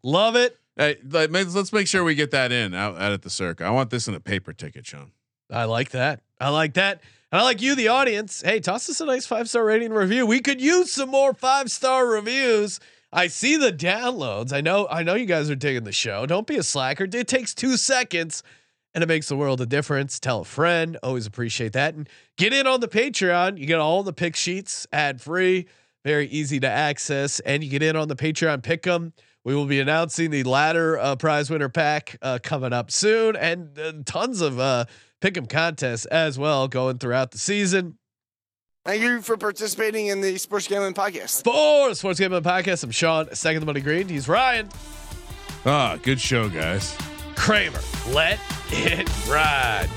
A: Love it.
F: Hey, let- let's let's make sure we get that in out, out at the circ. I want this in a paper ticket, Sean.
A: I like that. I like that. And I like you, the audience. Hey, toss us a nice five star rating review. We could use some more five star reviews. I see the downloads. I know. I know you guys are digging the show. Don't be a slacker. It takes two seconds, and it makes the world a difference. Tell a friend. Always appreciate that. And get in on the Patreon. You get all the pick sheets ad free. Very easy to access, and you get in on the Patreon pick 'em. We will be announcing the latter uh, prize winner pack uh, coming up soon, and uh, tons of uh, pick'em contests as well going throughout the season.
H: Thank you for participating in the Sports Gambling Podcast.
A: For the Sports Gambling Podcast, I'm Sean, second the money green. He's Ryan
F: Ah, good show, guys.
A: Kramer. Let it ride.